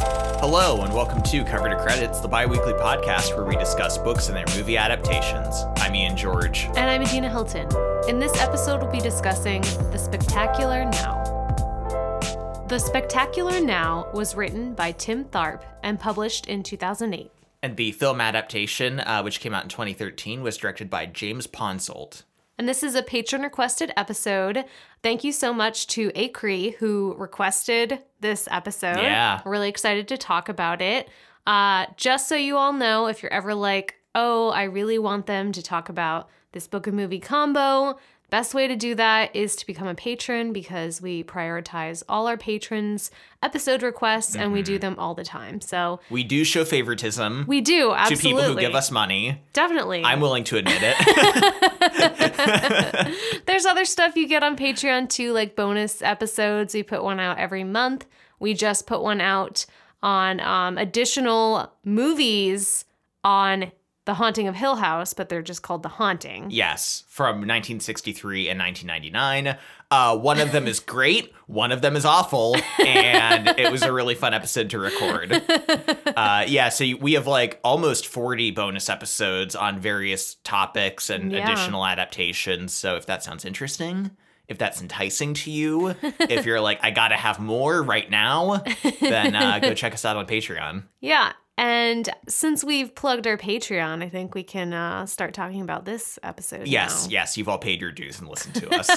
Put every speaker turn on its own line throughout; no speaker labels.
Hello, and welcome to Cover to Credits, the bi weekly podcast where we discuss books and their movie adaptations. I'm Ian George.
And I'm Adina Hilton. In this episode, we'll be discussing The Spectacular Now. The Spectacular Now was written by Tim Tharp and published in 2008.
And the film adaptation, uh, which came out in 2013, was directed by James Ponsolt.
And this is a patron requested episode. Thank you so much to Acree who requested this episode.
Yeah.
We're really excited to talk about it. Uh, just so you all know, if you're ever like, oh, I really want them to talk about this book and movie combo, best way to do that is to become a patron because we prioritize all our patrons' episode requests and we
Mm-hmm.
do them all the time. So
We do show favoritism
we do
to
absolutely
people who give us money.
definitely.
I'm willing to admit it.
There's other stuff you get on Patreon too, like bonus episodes. We put one out every month. We just put one out on um, additional movies on The Haunting of Hill House, but they're just called The Haunting.
yes, from 1963 and 1999. Uh, one of them is great, one of them is awful, and it was a really fun episode to record. Uh, yeah, so we have like almost 40 bonus episodes on various topics and
Yeah.
additional adaptations. So if that sounds interesting, if that's enticing to you, if you're like, I gotta have more right now, then uh, go check us out on Patreon.
Yeah. And since we've plugged our Patreon, I think we can uh, start talking about this episode.
Yes,
now.
yes, you've all paid your dues and listened to us.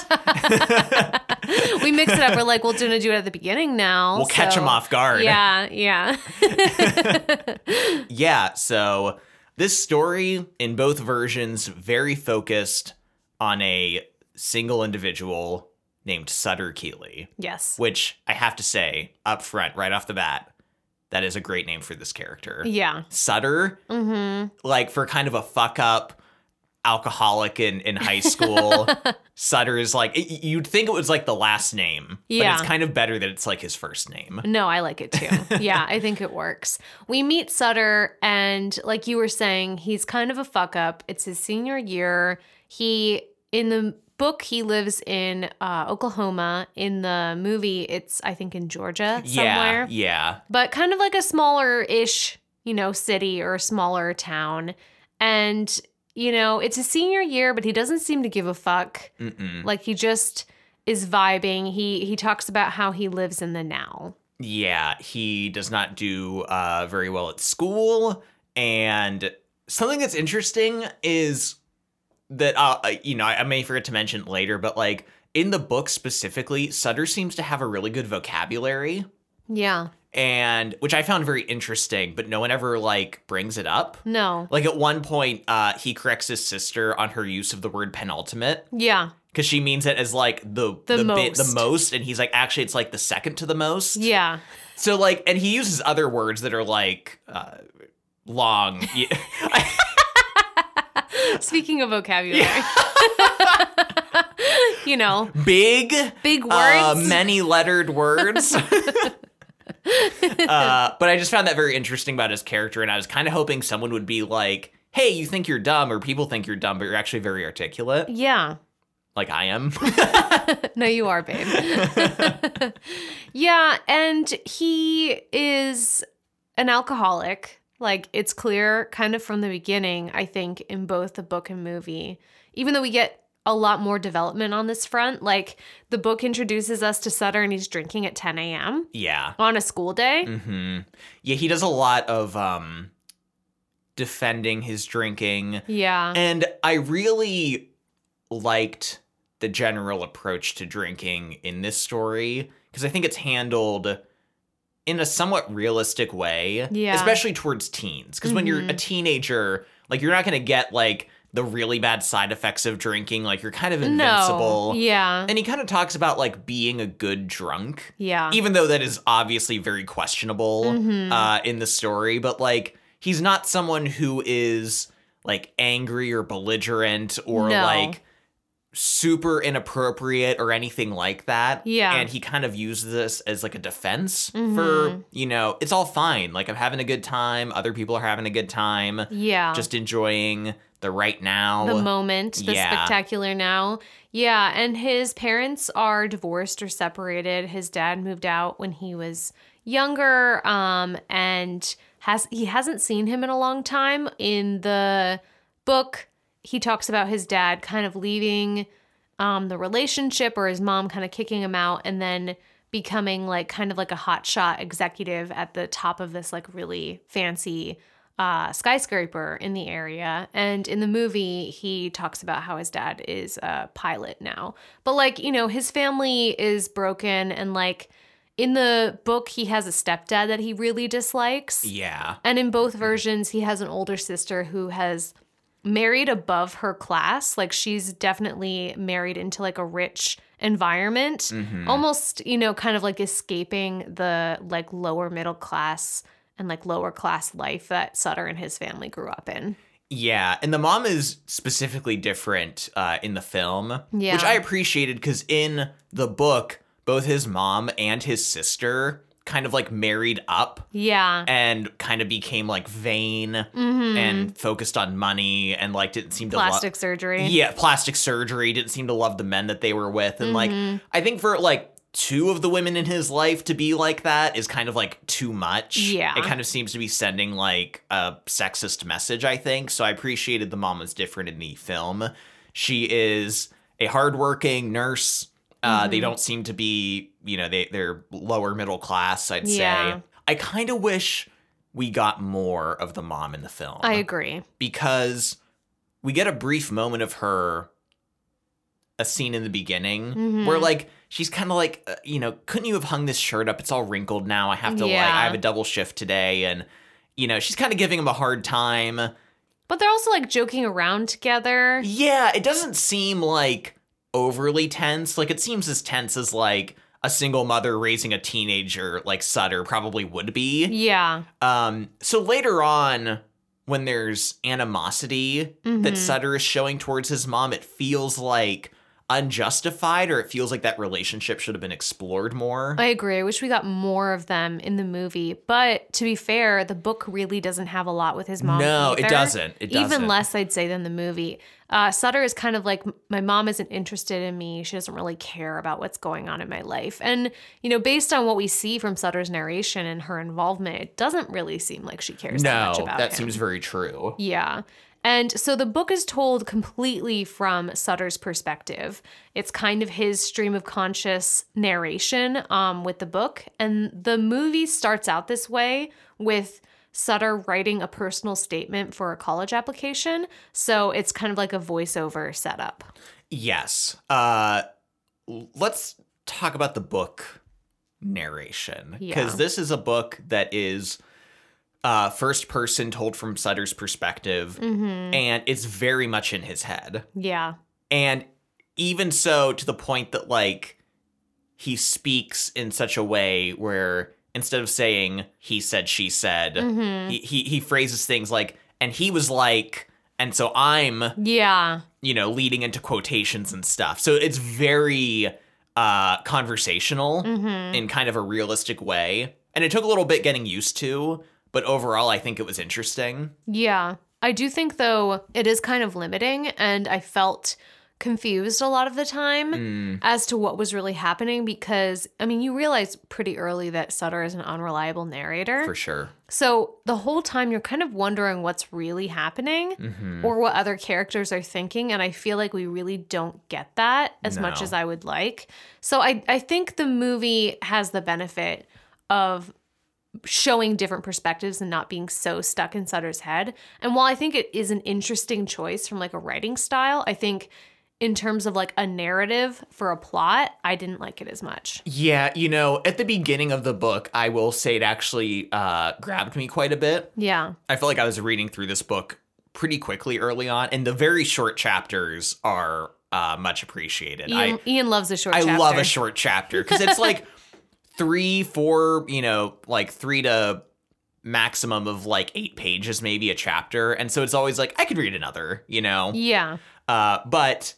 we mix it up. We're like, we're going to do it at the beginning now.
We'll catch 'em catch them
so-
off guard.
Yeah, yeah.
Yeah, so this story in both versions very focused on a single individual named Sutter Keeley,
yes.
which I have to say up front right off the bat, that is a great name for this character.
Yeah.
Sutter,
Mm-hmm.
like for kind of a fuck up alcoholic in, in high school. Sutter is like y- you'd think it was like the last name,
Yeah.
but it's kind of better that it's like his first name.
No, I like it too. yeah, I think it works. We meet Sutter, and like you were saying, he's kind of a fuck up. It's his senior year. He, in the book, he lives in uh, Oklahoma. In the movie, it's, I think, in Georgia somewhere.
Yeah, yeah.
But kind of like a smaller ish, you know, city or a smaller town. And, you know, it's his senior year, but he doesn't seem to give a fuck.
Mm-mm.
Like he just is vibing. He he talks about how he lives in the now.
Yeah, he does not do uh, very well at school. And something that's interesting is that, uh, I- you know, I I may forget to mention it later, but like in the book specifically, Sutter seems to have a really good vocabulary,
Yeah.
and which I found very interesting, but no one ever like brings it up.
No.
Like at one point, uh, he corrects his sister on her use of the word penultimate
Yeah.
because she means it as like the
The
bit- the
most.
most, and he's like, actually, it's like the second to the most.
Yeah.
So like, and he uses other words that are like uh, long. Yeah.
Speaking of vocabulary. you know,
big
big words.
uh, many lettered words. uh, but I just found that very interesting about his character, and I was kind of hoping someone would be like, "Hey, you think you're dumb, or people think you're dumb, but you're actually very articulate,
yeah.
like I am."
No, you are, babe. yeah, and he is an alcoholic. Like it's clear kind of from the beginning, I think, in both the book and movie. Even though we get a lot more development on this front, like the book introduces us to Sutter and he's drinking at 10 a.m.
yeah.
on a school day.
Hmm. Yeah, he does a lot of um, defending his drinking.
Yeah.
And I really liked the general approach to drinking in this story because I think it's handled in a somewhat realistic way,
Yeah.
especially towards teens. Because when you're a
Mhm.
teenager, like you're not going to get like the really bad side effects of drinking, like you're kind of
no.
invincible.
Yeah.
And he kind of talks about like being a good drunk,
Yeah.
even though that is obviously very questionable
Mhm.
uh, in the story, but like he's not someone who is like angry or belligerent or
No.
like super inappropriate or anything like that.
Yeah.
And he kind of uses this as like a defense for,
Mhm.
you know, it's all fine. Like I'm having a good time. Other people are having a good time.
yeah.
Just enjoying the right now.
the moment, the
yeah.
spectacular now. Yeah, and his parents are divorced or separated. His dad moved out when he was younger, um, and has he hasn't seen him in a long time. In the book, he talks about his dad kind of leaving um, the relationship or his mom kind of kicking him out and then becoming like kind of like a hotshot executive at the top of this like really fancy uh, skyscraper in the area. And in the movie, he talks about how his dad is a pilot now. But like, you know, his family is broken and like in the book, he has a stepdad that he really dislikes.
yeah.
And in both versions, he has an older sister who has married above her class. Like she's definitely married into like a rich environment,
Mm-hmm.
almost, you know, kind of like escaping the like lower middle class and like lower class life that Sutter and his family grew up in.
Yeah, and the mom is specifically different uh, in the film,
Yeah.
which I appreciated because in the book, both his mom and his sister kind of like married up
Yeah.
and kind of became like vain
Mhm.
and focused on money and like didn't seem
plastic
to
surgery.
love yeah plastic surgery didn't seem to love the men that they were with and
Mm-hmm.
like I think for like two of the women in his life to be like that is kind of like too much
Yeah.
it kind of seems to be sending like a sexist message I think so I appreciated the mom was different in the film she is a hardworking nurse uh, they
Mhm.
don't seem to be you know they they're lower middle class I'd
Yeah.
say I kind of wish we got more of the mom in the film
I agree.
because we get a brief moment of her a scene in the beginning
Mhm.
where like she's kind of like uh, you know couldn't you have hung this shirt up it's all wrinkled now i have to like
Yeah.
i have a double shift today and you know she's kind of giving him a hard time
But they're also like joking around together.
yeah it doesn't seem like overly tense like it seems as tense as like a single mother raising a teenager like sutter probably would be
Yeah.
um, so later on, when there's animosity that
Mhm.
Sutter is showing towards his mom, it feels like unjustified, or it feels like that relationship should have been explored more.
I agree. I wish we got more of them in the movie. But to be fair, the book really doesn't have a lot with his mom.
no,
either.
it doesn't. It doesn't.
Even less, I'd say, than the movie. Uh, Sutter is kind of like, my mom isn't interested in me. She doesn't really care about what's going on in my life. And, you know, based on what we see from Sutter's narration and her involvement, it doesn't really seem like she cares that
No,
much about
that
him.
seems very true.
Yeah. And so the book is told completely from Sutter's perspective. It's kind of his stream of conscious narration um, with the book. And the movie starts out this way with Sutter writing a personal statement for a college application. So it's kind of like a voiceover setup.
Yes. Uh, l- let's talk about the book narration because
Yeah.
this is a book that is uh, first person told from Sutter's perspective,
Mm-hmm.
and it's very much in his head.
Yeah.
And even so, to the point that, like, he speaks in such a way where instead of saying he said, she said,
hmm
he, he, he phrases things like, and he was like, and so I'm,
Yeah.
you know, leading into quotations and stuff. So it's very uh, conversational
hmm
in kind of a realistic way. And it took a little bit getting used to, but overall, I think it was interesting.
Yeah. I do think, though, it is kind of limiting. And I felt confused a lot of the time.
Mm,
as to what was really happening because I mean you realize pretty early that Sutter is an unreliable narrator.
for sure.
So the whole time you're kind of wondering what's really happening
hmm
or what other characters are thinking and I feel like we really don't get that as much
No.
as I would like. So I I think the movie has the benefit of showing different perspectives and not being so stuck in Sutter's head. And while I think it is an interesting choice from like a writing style, I think in terms of like a narrative for a plot, I didn't like it as much.
Yeah, you know, at the beginning of the book, I will say it actually uh, grabbed me quite a bit.
Yeah.
I felt like I was reading through this book pretty quickly early on, and the very short chapters are uh, much appreciated.
Ian, Ian loves a short
I, I
chapter.
love a short chapter because it's like three, four, you know, like three to maximum of like eight pages, maybe a chapter. And so it's always like, I could read another, you know?
Yeah.
Uh, but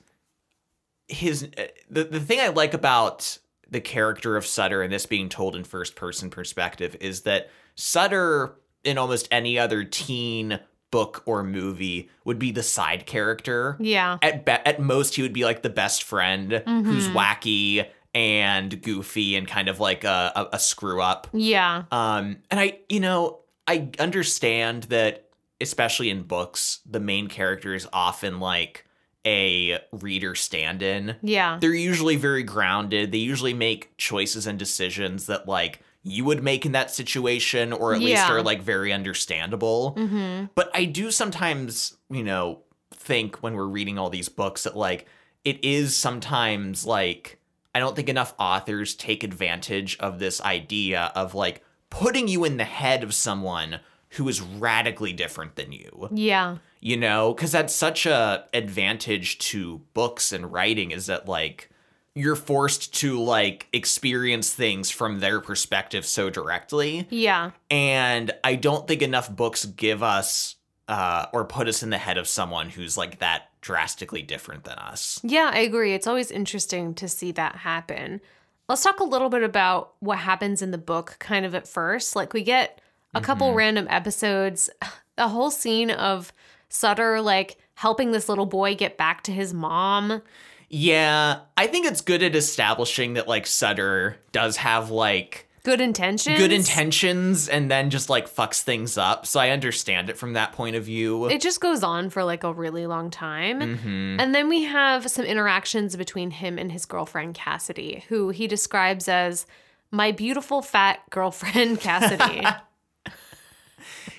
his uh, the, the thing I like about the character of Sutter and this being told in first person perspective is that Sutter in almost any other teen book or movie would be the side character.
Yeah.
At be- at most, he would be like the best friend who's
Mhm.
wacky and goofy and kind of like a, a, a screw up.
Yeah.
Um, and I, you know, I understand that, especially in books, the main character is often like a reader stand in.
Yeah.
They're usually very grounded. They usually make choices and decisions that, like, you would make in that situation, or at least
Yeah.
are, like, very understandable.
Mm-hmm.
But I do sometimes, you know, think when we're reading all these books that like it is sometimes like I don't think enough authors take advantage of this idea of like putting you in the head of someone who is radically different than you.
Yeah.
You know, cuz that's such a advantage to books and writing is that like you're forced to like experience things from their perspective so directly
Yeah.
and I don't think enough books give us uh, or put us in the head of someone who's like that drastically different than us.
Yeah, I agree. It's always interesting to see that happen. Let's talk a little bit about what happens in the book kind of at first. Like we get a couple
Mhm.
random episodes, a whole scene of Sutter like helping this little boy get back to his mom.
Yeah, I think it's good at establishing that like Sutter does have like
Good intentions.
good intentions and then just like fucks things up. So I understand it from that point of view.
It just goes on for like a really long time.
hmm
And then we have some interactions between him and his girlfriend Cassidy, who he describes as my beautiful fat girlfriend Cassidy.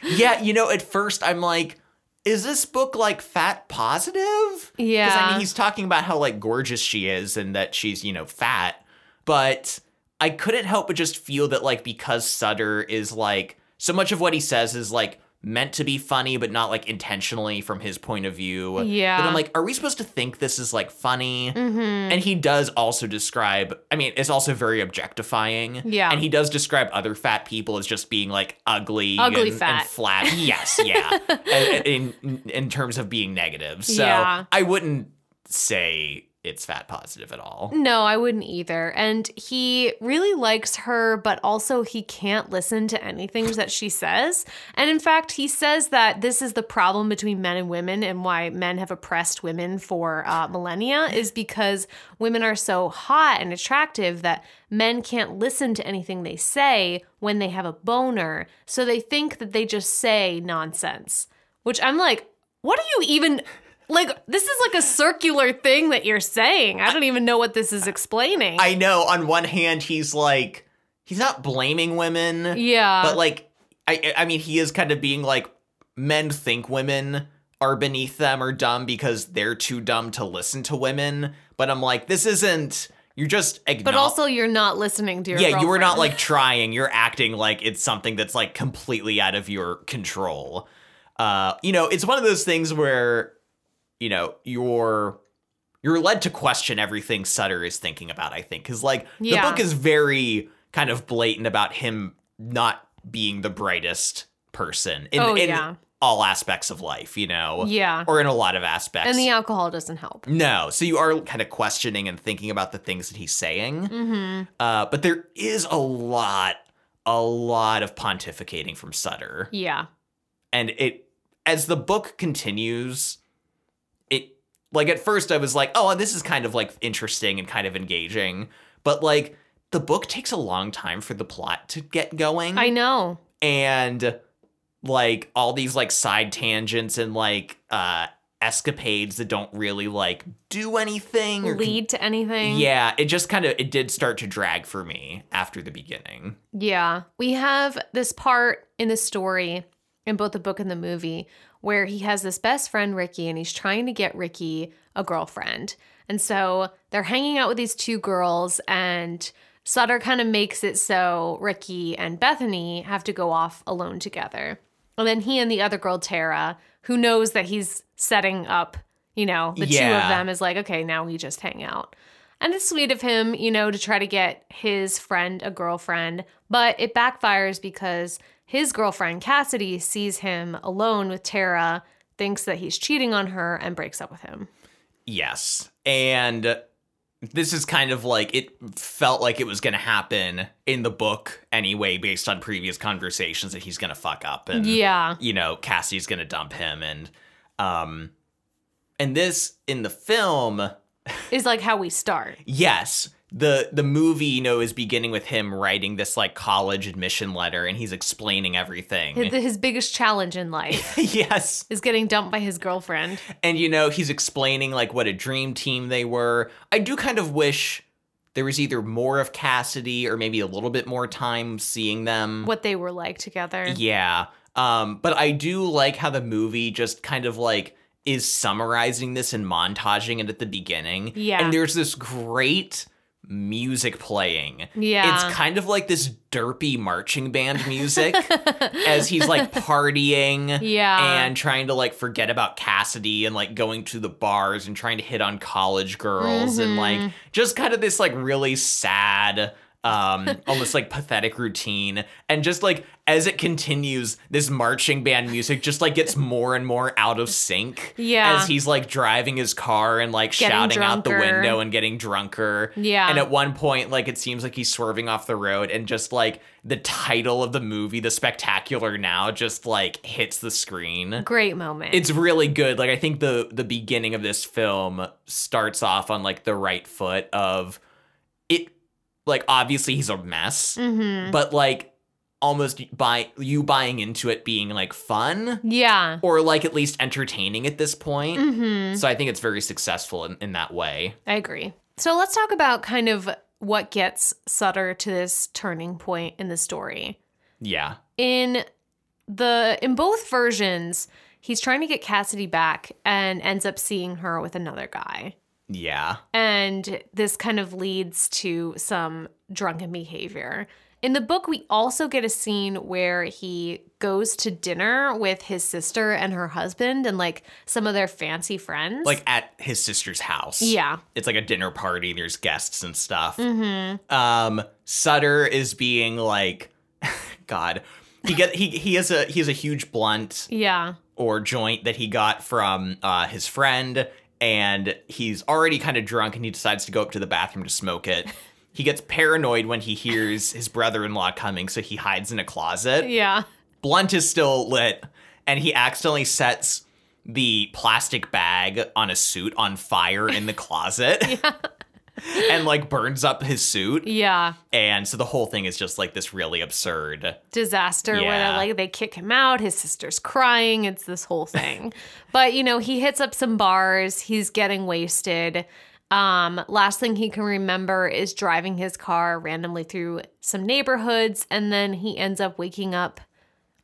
Yeah, you know, at first I'm like, is this book like fat positive? Because I
yeah.
mean, he's talking about how like gorgeous she is and that she's you know fat, but I couldn't help but just feel that like because Sutter is like so much of what he says is like meant to be funny, but not like intentionally from his point of view.
Yeah.
But I'm like, are we supposed to think this is like funny?
Mhm.
And he does also describe, I mean, it's also very objectifying.
Yeah.
And he does describe other fat people as just being like ugly,
Ugly
and, and
fat.
flat. Yes, yeah. in, in in terms of being negative. So
Yeah.
I wouldn't say it's fat positive at all.
No, I wouldn't either. And he really likes her, but also he can't listen to anything that she says. And in fact, he says that this is the problem between men and women and why men have oppressed women for uh, millennia is because women are so hot and attractive that men can't listen to anything they say when they have a boner. So they think that they just say nonsense, which I'm like, what are you even like this is like a circular thing that you're saying. I don't even know what this is explaining.
I know on one hand he's like he's not blaming women,
yeah.
but like I I mean he is kind of being like men think women are beneath them or dumb because they're too dumb to listen to women, but I'm like this isn't you're just acknowledging
but also you're not listening to your
yeah, you were not
girlfriend.
like trying. You're acting like it's something that's like completely out of your control. Uh, you know, it's one of those things where, you know, you're you're led to question everything Sutter is thinking about. I think because like
Yeah.
the book is very kind of blatant about him not being the brightest person in,
Oh,
in
yeah.
all aspects of life. You know,
Yeah.
or in a lot of aspects.
And the alcohol doesn't help.
no, so you are kind of questioning and thinking about the things that he's saying.
Mhm.
Uh, but there is a lot, a lot of pontificating from Sutter.
Yeah.
And it, as the book continues, it, like, at first I was like, oh, this is kind of like interesting and kind of engaging. But like, the book takes a long time for the plot to get going.
I know.
and like, all these like side tangents and like, uh, escapades that don't really like do anything or
Lead to anything.
yeah, it just kind of it did start to drag for me after the beginning.
Yeah. We have this part in the story in both the book and the movie where he has this best friend, Ricky, and he's trying to get Ricky a girlfriend. And so they're hanging out with these two girls, and Sutter kind of makes it so Ricky and Bethany have to go off alone together. And then he and the other girl, Tara, who knows that he's setting up, you know, the two of
Yeah.
them is like, okay, now we just hang out. And it's sweet of him, you know, to try to get his friend a girlfriend, but it backfires because his girlfriend, Cassidy, sees him alone with Tara, thinks that he's cheating on her, and breaks up with him.
Yes. And this is kind of like it felt like it was going to happen in the book anyway, based on previous conversations that he's going to fuck up and
yeah.
you know Cassie's going to dump him and um and this in the film
Is like how we start.
Yes. The the movie, you know, is beginning with him writing this like college admission letter and he's explaining everything.
His biggest challenge in life
yes.
is getting dumped by his girlfriend.
And you know, he's explaining like what a dream team they were. I do kind of wish there was either more of Cassidy or maybe a little bit more time seeing them.
What they were like together.
Mm. Yeah. Um, but I do like how the movie just kind of like is summarizing this and montaging it at the beginning.
Yeah.
And there's this great music playing.
Yeah.
It's kind of like this derpy marching band music as he's like partying
yeah.
and trying to like forget about Cassidy and like going to the bars and trying to hit on college girls and like
Mhm.
just kind of this like really sad um almost like pathetic routine and just like as it continues this marching band music just like gets more and more out of sync
yeah.
as he's like driving his car and like
Getting
shouting out the
drunker.
window and getting drunker
yeah.
and at one point, like it seems like he's swerving off the road, and just like the title of the movie, The Spectacular Now, just like hits the screen.
Great moment.
It's really good. Like I think the the beginning of this film starts off on like the right foot of it. Like obviously he's a mess,
hmm
but like almost by you buying into it being like fun
Yeah.
or like at least entertaining at this point.
hmm
So I think it's very successful in, in that way.
I agree. So let's talk about kind of what gets Sutter to this turning point in the story.
Yeah.
in the in both versions he's trying to get cassidy back and ends up seeing her with another guy
Yeah.
and this kind of leads to some drunken behavior in the book we also get a scene where he goes to dinner with his sister and her husband and like some of their fancy friends
Like at his sister's house.
yeah
it's like a dinner party. There's guests and stuff.
mm-hmm
Um, Sutter is being like, God, he get he he has a he has a huge blunt
yeah
or joint that he got from uh, his friend, and he's already kind of drunk, and he decides to go up to the bathroom to smoke it. He gets paranoid when he hears his brother-in-law coming, so he hides in a closet
yeah
blunt is still lit and he accidentally sets the plastic bag on a suit on fire in the closet and like burns up his suit
yeah
and so the whole thing is just like this really absurd
disaster where
Yeah.
they're like they kick him out his sister's crying it's this whole thing but you know he hits up some bars he's getting wasted um last thing he can remember is driving his car randomly through some neighborhoods and then he ends up waking up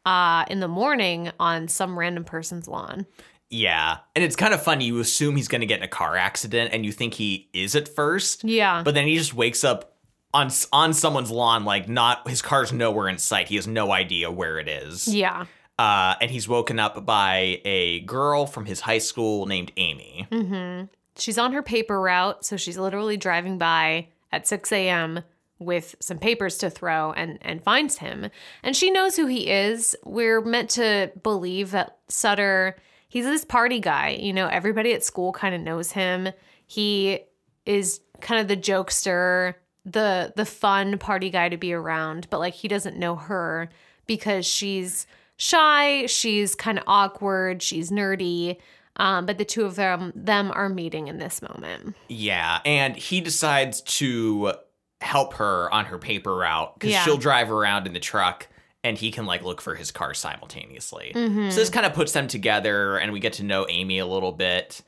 uh in the morning on some random person's lawn
yeah and it's kind of funny you assume he's going to get in a car accident and you think he is at first
yeah
but then he just wakes up on s- on someone's lawn like not his car's nowhere in sight he has no idea where it is
yeah
uh, and he's woken up by a girl from his high school named amy
mm-hmm she's on her paper route so she's literally driving by at 6 a.m with some papers to throw and and finds him and she knows who he is we're meant to believe that sutter he's this party guy you know everybody at school kind of knows him he is kind of the jokester the the fun party guy to be around but like he doesn't know her because she's shy she's kind of awkward she's nerdy um, but the two of them them are meeting in this moment
Yeah, and he decides to help her on her paper route because
Yeah.
she'll drive around in the truck and he can like look for his car simultaneously.
Mhm.
So this kind of puts them together and we get to know Amy a little bit.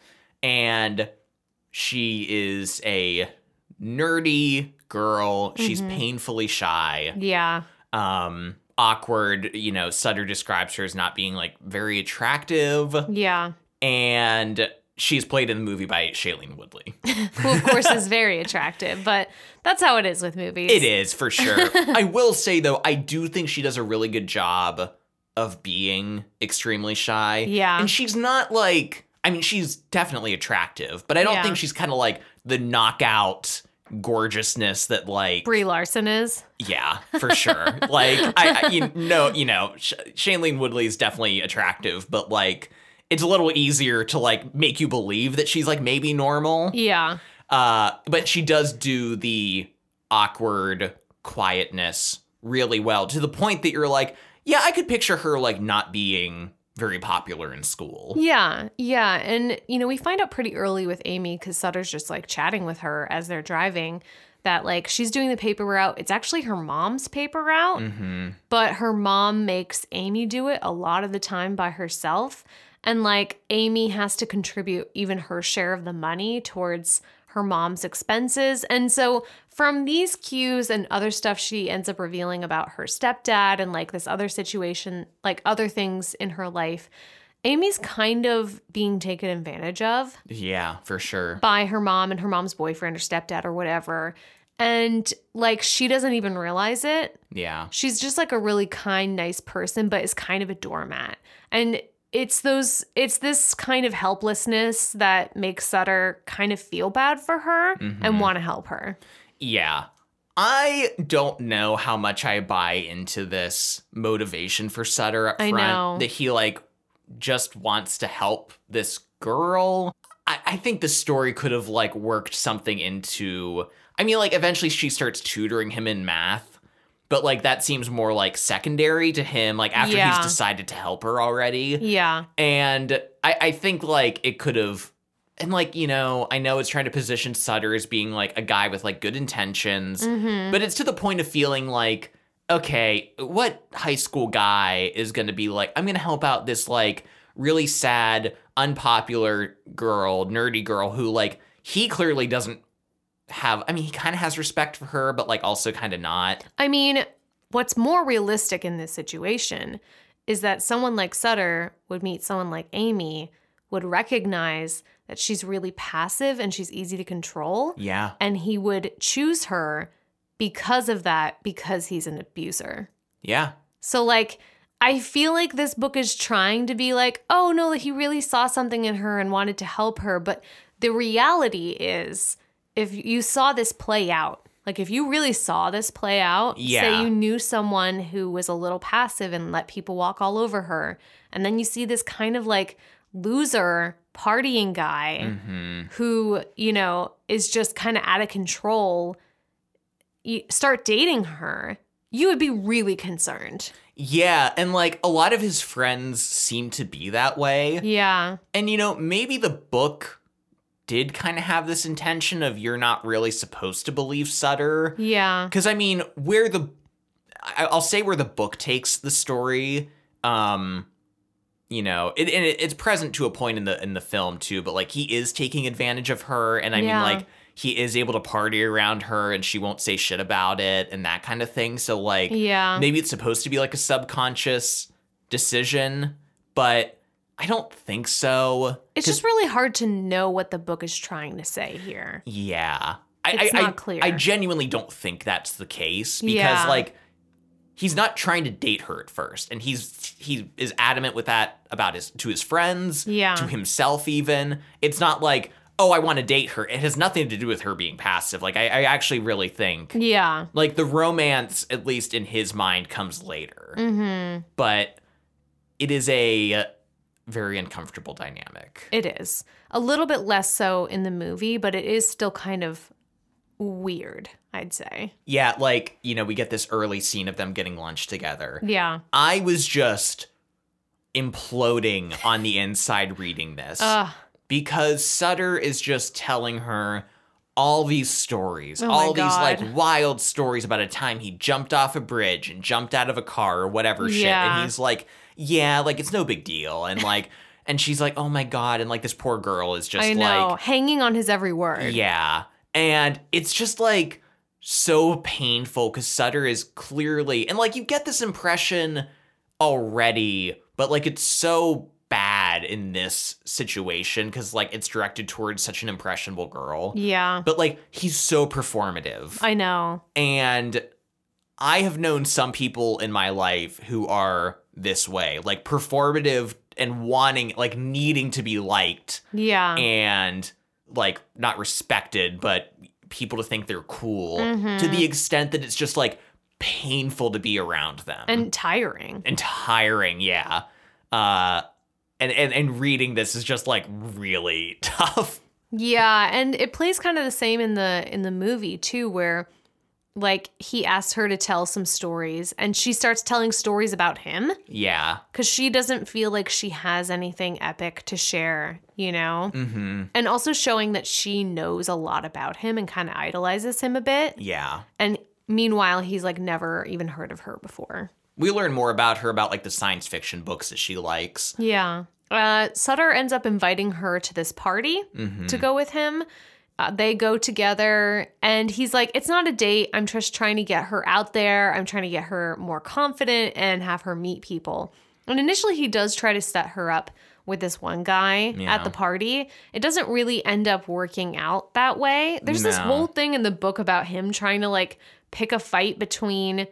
And she is a nerdy girl. She's
Mhm.
painfully shy,
yeah
um, awkward. You know, Sutter describes her as not being like very attractive.
yeah
And she's played in the movie by Shailene Woodley.
who of course is very attractive but that's how it is with movies
It is for sure. I will say though, I do think she does a really good job of being extremely shy.
yeah
And she's not like I mean, she's definitely attractive, but I don't
Yeah.
think she's kind of like the knockout gorgeousness that like
brie larson is
yeah for sure like I, I you know you know Sh- Shailene Woodley is definitely attractive but like it's a little easier to like make you believe that she's like maybe normal
yeah
Uh, but she does do the awkward quietness really well to the point that you're like, yeah, I could picture her like not being very popular in school.
Yeah, yeah. And, you know, we find out pretty early with Amy because Sutter's just like chatting with her as they're driving that like she's doing the paper route. It's actually her mom's paper route,
Mm-hmm.
but her mom makes Amy do it a lot of the time by herself. And like Amy has to contribute even her share of the money towards her mom's expenses. And so from these cues and other stuff she ends up revealing about her stepdad and like this other situation, like other things in her life, Amy's kind of being taken advantage of
Yeah, for sure.
by her mom and her mom's boyfriend or stepdad or whatever. And like she doesn't even realize it.
Yeah.
She's just like a really kind, nice person, but is kind of a doormat. And it's those it's this kind of helplessness that makes Sutter kind of feel bad for her
Mhm.
and want to help her.
Yeah. I don't know how much I buy into this motivation for Sutter up
I
front.
know.
That he like just wants to help this girl. I, I think the story could have like worked something into I mean, like eventually she starts tutoring him in math, but like that seems more like secondary to him, like after
Yeah.
he's decided to help her already.
Yeah.
And I, I think like it could have and like, you know, I know it's trying to position Sutter as being like a guy with like good intentions,
Mhm.
but it's to the point of feeling like, okay, what high school guy is gonna be like, I'm gonna help out this like really sad, unpopular girl, nerdy girl who like he clearly doesn't have I mean, he kinda has respect for her, but like also kinda not.
I mean, what's more realistic in this situation is that someone like Sutter would meet someone like Amy, would recognize that she's really passive and she's easy to control,
Yeah.
and he would choose her because of that, because he's an abuser.
Yeah.
So, like, I feel like this book is trying to be like, oh no, he really saw something in her and wanted to help her. But the reality is, if you saw this play out, like if you really saw this play out,
Yeah.
say you knew someone who was a little passive and let people walk all over her, and then you see this kind of like loser partying guy
Mm-hmm.
who, you know, is just kind of out of control, you start dating her, you would be really concerned.
Yeah, and like a lot of his friends seem to be that way.
Yeah.
And you know, maybe the book did kind of have this intention of you're not really supposed to believe Sutter.
Yeah.
Because I mean, where the I- I'll say where the book takes the story, um, you know, it, and it, it's present to a point in the in the film too. But like, he is taking advantage of her, and I
Yeah.
mean, like, he is able to party around her, and she won't say shit about it, and that kind of thing. So like,
Yeah.
maybe it's supposed to be like a subconscious decision, but I don't think so.
It's just really hard to know what the book is trying to say here.
Yeah. I,
It's
I,
not
I,
clear.
I genuinely don't think that's the case because
Yeah.
like he's not trying to date her at first and he's he is adamant with that about his to his friends,
Yeah.
to himself even. It's not like, "Oh, I want to date her." It has nothing to do with her being passive. Like I, I actually really think
Yeah.
like the romance at least in his mind comes later.
Mm-hmm.
But it is a uh, very uncomfortable dynamic.
It is. A little bit less so in the movie, but it is still kind of weird, I'd say.
yeah, like, you know, we get this early scene of them getting lunch together.
Yeah.
I was just imploding on the inside reading this
Ugh.
because Sutter is just telling her all these stories,
Oh my
all these
God.
like wild stories about a time he jumped off a bridge and jumped out of a car or whatever shit.
Yeah.
And he's like, yeah, like it's no big deal. And like, and she's like, oh my God. And like this poor girl is just
I know.
like,
Hanging on his every word.
yeah. And it's just like so painful because Sutter is clearly, and like you get this impression already, but like it's so bad in this situation because like it's directed towards such an impressionable girl.
Yeah.
But like he's so performative.
I know.
and I have known some people in my life who are this way, like performative and wanting, like needing to be liked
Yeah.
and like not respected, but people to think they're cool
Mhm.
to the extent that it's just like painful to be around them
and tiring.
and tiring. Yeah. Uh, and, and, and reading this is just like really tough.
Yeah, and it plays kind of the same in the in the movie too where like he asks her to tell some stories and she starts telling stories about him
Yeah.
cuz she doesn't feel like she has anything epic to share, you know?
Mm-hmm.
And also showing that she knows a lot about him and kind of idolizes him a bit.
Yeah.
And meanwhile, he's like never even heard of her before.
We learn more about her about like the science fiction books that she likes.
Yeah. Uh, Sutter ends up inviting her to this party
Mm-hmm.
to go with him. Uh, they go together, and he's like, It's not a date. I'm just trying to get her out there. I'm trying to get her more confident and have her meet people. And initially, he does try to set her up with this one guy
Yeah.
at the party. It doesn't really end up working out that way. There's this
No.
whole thing in the book about him trying to like pick a fight between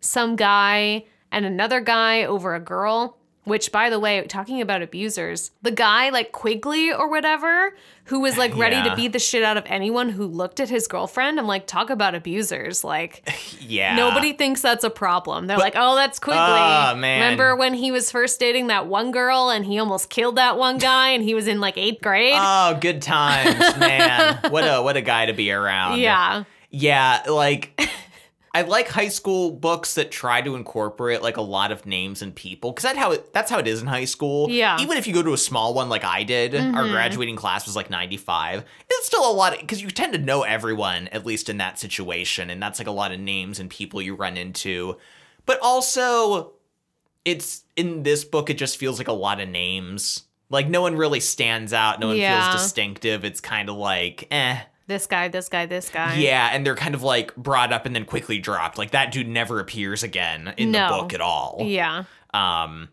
some guy and another guy over a girl. Which, by the way, talking about abusers, the guy like Quigley or whatever, who was like ready
Yeah.
to beat the shit out of anyone who looked at his girlfriend, I'm like, talk about abusers. Like,
Yeah.
nobody thinks that's a problem. They're like, oh, that's Quigley.
Ah, man.
Remember when he was first dating that one girl and he almost killed that one guy and he was in like eighth grade?
Oh, good times, man. what a what a guy to be around.
yeah.
Yeah, like I like high school books that try to incorporate like a lot of names and people because that's how it, that's how it is in high school.
Yeah.
even if you go to a small one like I did, our
Mhm.
graduating class was like ninety five. It's still a lot because you tend to know everyone at least in that situation, and that's like a lot of names and people you run into. But also, it's in this book, it just feels like a lot of names. Like no one really stands out. No one
Yeah.
feels distinctive. It's kind of like eh.
This guy, this guy, this guy.
Yeah, and they're kind of like brought up and then quickly dropped. Like that dude never appears again in
No.
the book at all.
Yeah.
Um,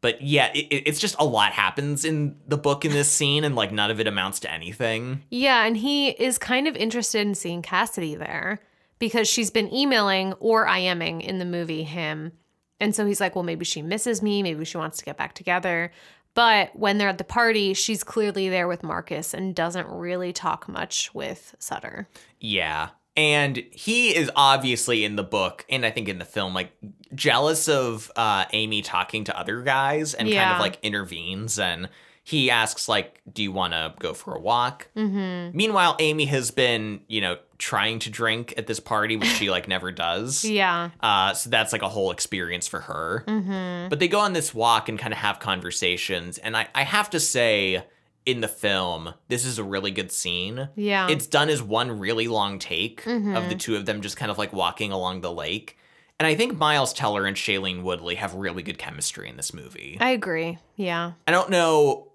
but yeah, it, it- it's just a lot happens in the book in this scene, and like none of it amounts to anything.
Yeah, and he is kind of interested in seeing Cassidy there because she's been emailing or IMing in the movie him. And so he's like, well, maybe she misses me. Maybe she wants to get back together. But when they're at the party, she's clearly there with Marcus and doesn't really talk much with Sutter.
Yeah. And he is obviously in the book, and I think in the film, like jealous of uh, Amy talking to other guys, and kind
Yeah.
of like intervenes, and he asks like, "Do you want to go for a walk?"
Mm
Meanwhile, Amy has been, you know, trying to drink at this party, which she like never does.
hmm. Yeah.
Uh, so that's like a whole experience for her.
Mm
But they go on this walk and kind of have conversations. And I, I have to say, in the film, this is a really good scene.
hmm. Yeah.
It's done as one really long take of the
Mhm.
two of them just kind of like walking along the lake. And I think Miles Teller and Shailene Woodley have really good chemistry in this movie.
I agree. Yeah.
I don't know.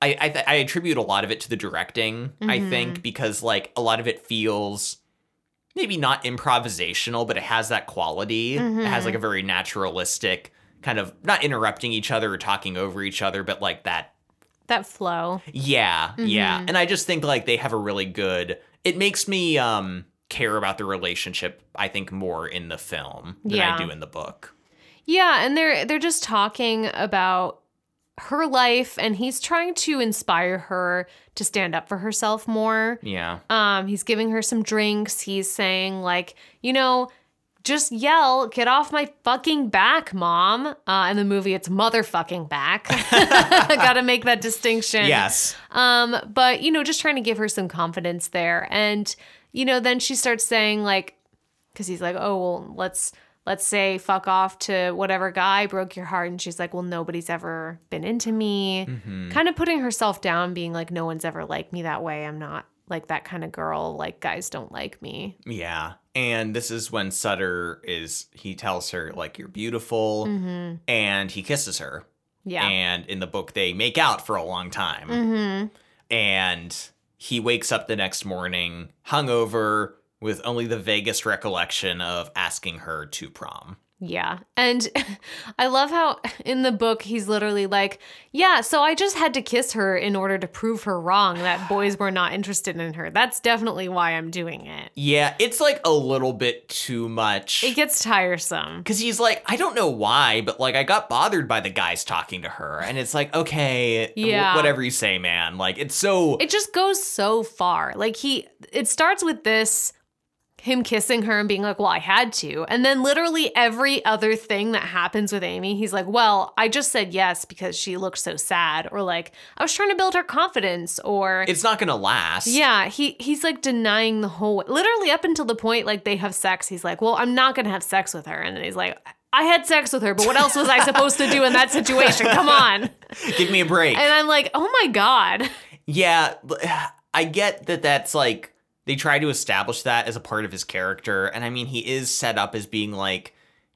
I I, th- I attribute a lot of it to the directing. I
Mhm.
think because like a lot of it feels maybe not improvisational, but it has that quality. It has
Mhm.
like a very naturalistic kind of not interrupting each other or talking over each other, but like that.
That flow.
Yeah, yeah.
Mhm.
And I just think like they have a really good. It makes me um care about the relationship. I think more in the film than
Yeah.
I do in the book.
Yeah, and they're they're just talking about her life and he's trying to inspire her to stand up for herself more.
Yeah.
Um he's giving her some drinks. He's saying like, you know, just yell, get off my fucking back, mom. Uh, in the movie, it's motherfucking back. Gotta make that distinction.
Yes.
Um, but you know, just trying to give her some confidence there. And you know, then she starts saying like, because he's like, oh well, let's let's say fuck off to whatever guy broke your heart, and she's like, well, nobody's ever been into me.
Mhm.
Kind of putting herself down, being like, no one's ever liked me that way. I'm not like that kind of girl. Like guys don't like me.
Yeah. And this is when Sutter is, he tells her, like, you're beautiful.
Mm-hmm.
And he kisses her.
Yeah.
And in the book, they make out for a long time.
Mm-hmm.
And he wakes up the next morning, hungover, with only the vaguest recollection of asking her to prom.
Yeah. And I love how in the book he's literally like, yeah, so I just had to kiss her in order to prove her wrong that boys were not interested in her. That's definitely why I'm doing it.
Yeah, it's like a little bit too much.
It gets tiresome.
Because he's like, I don't know why, but like, I got bothered by the guys talking to her. And it's like, okay, w-
Yeah.
whatever you say, man. Like, it's so.
It just goes so far. Like he it starts with this him kissing her and being like, well, I had to. And then literally every other thing that happens with Amy, he's like, well, I just said yes because she looked so sad, or like, I was trying to build her confidence, or
It's not gonna last.
yeah, he he's like denying the whole literally up until the point like they have sex. He's like, "Well, I'm not gonna have sex with her," and then he's like, "I had sex with her, but what else was I supposed to do in that situation? Come on!" And
Give me a break.
I'm like, "Oh my god,
Yeah, l- I get that that's like they try to establish that as a part of his character. And I mean, he is set up as being like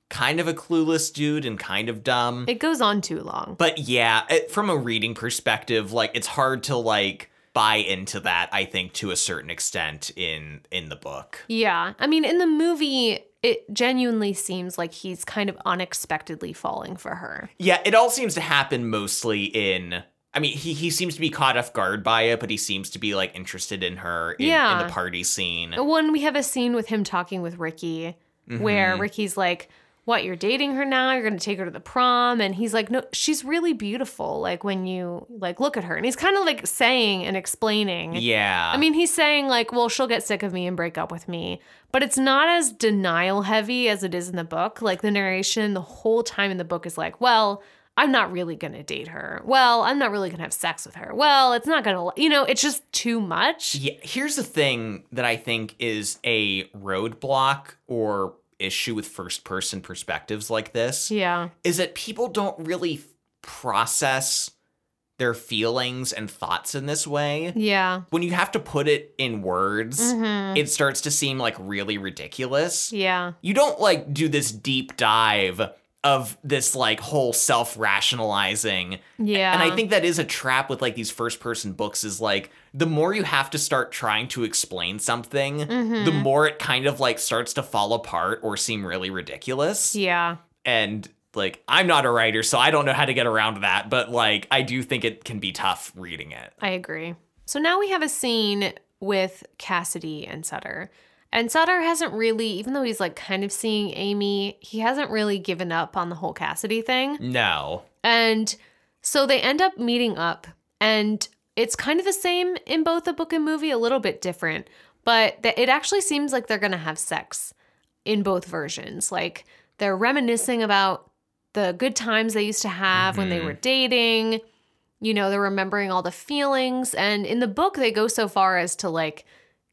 kind of a clueless dude and kind of dumb.
it goes on too long."
But yeah, it, from a reading perspective, like it's hard to like buy into that, I think to a certain extent in in the book.
Yeah, I mean, in the movie, it genuinely seems like he's kind of unexpectedly falling for her.
Yeah, it all seems to happen mostly in I mean, he he seems to be caught off guard by it, but he seems to be like interested in her in, in
Yeah. Oh,
the party scene.
One, we have a scene with him talking with Ricky, where
Mhm.
Ricky's like, "What? You're dating her now? You're going to take her to the prom?" And he's like, "No, she's really beautiful. Like when you like look at her." And he's kind of like saying and explaining.
Yeah.
I mean, he's saying like, "Well, she'll get sick of me and break up with me," but it's not as denial heavy as it is in the book. Like the narration, the whole time in the book is like, "Well." I'm not really going to date her. Well, I'm not really going to have sex with her. Well, it's not going to, you know, it's just too much.
Yeah, here's the thing that I think is a roadblock or issue with first person perspectives like this
Yeah.
is that people don't really f- process their feelings and thoughts in this way.
Yeah.
When you have to put it in words,
Mhm.
it starts to seem like really ridiculous.
Yeah.
You don't like do this deep dive of this like whole self rationalizing
Yeah.
and I think that is a trap with like these first person books is like the more you have to start trying to explain something,
Mhm.
the more it kind of like starts to fall apart or seem really ridiculous.
Yeah.
And like I'm not a writer, so I don't know how to get around that, but like I do think it can be tough reading it.
I agree. So now we have a scene with Cassidy and Sutter. And Sutter hasn't really, even though he's like kind of seeing Amy, he hasn't really given up on the whole Cassidy thing.
No.
And so they end up meeting up, and it's kind of the same in both the book and movie, a little bit different, but th- it actually seems like they're going to have sex in both versions. Like they're reminiscing about the good times they used to have when they
Mhm.
were dating. You know, they're remembering all the feelings. And in the book, they go so far as to like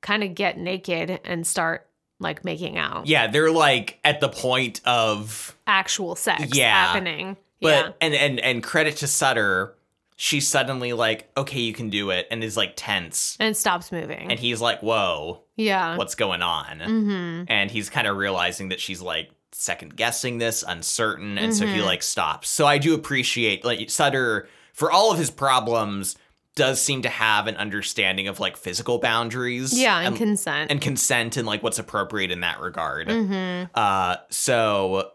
kind of get naked and start like making out.
Yeah, they're like at the point of
Actual sex
Yeah.
happening.
but and and and credit to Sutter, she's suddenly like, "Okay, you can do it." and is like tense.
And stops moving.
And he's like, "Whoa,
yeah.
what's going on?"
Mm-hmm.
and he's kind of realizing that she's like second guessing this, uncertain, and so he
Mhm.
like stops. So I do appreciate like Sutter for all of his problems does seem to have an understanding of like physical boundaries,
Yeah, and,
and,
consent.
and consent and like what's appropriate in that regard.
hmm
Uh, so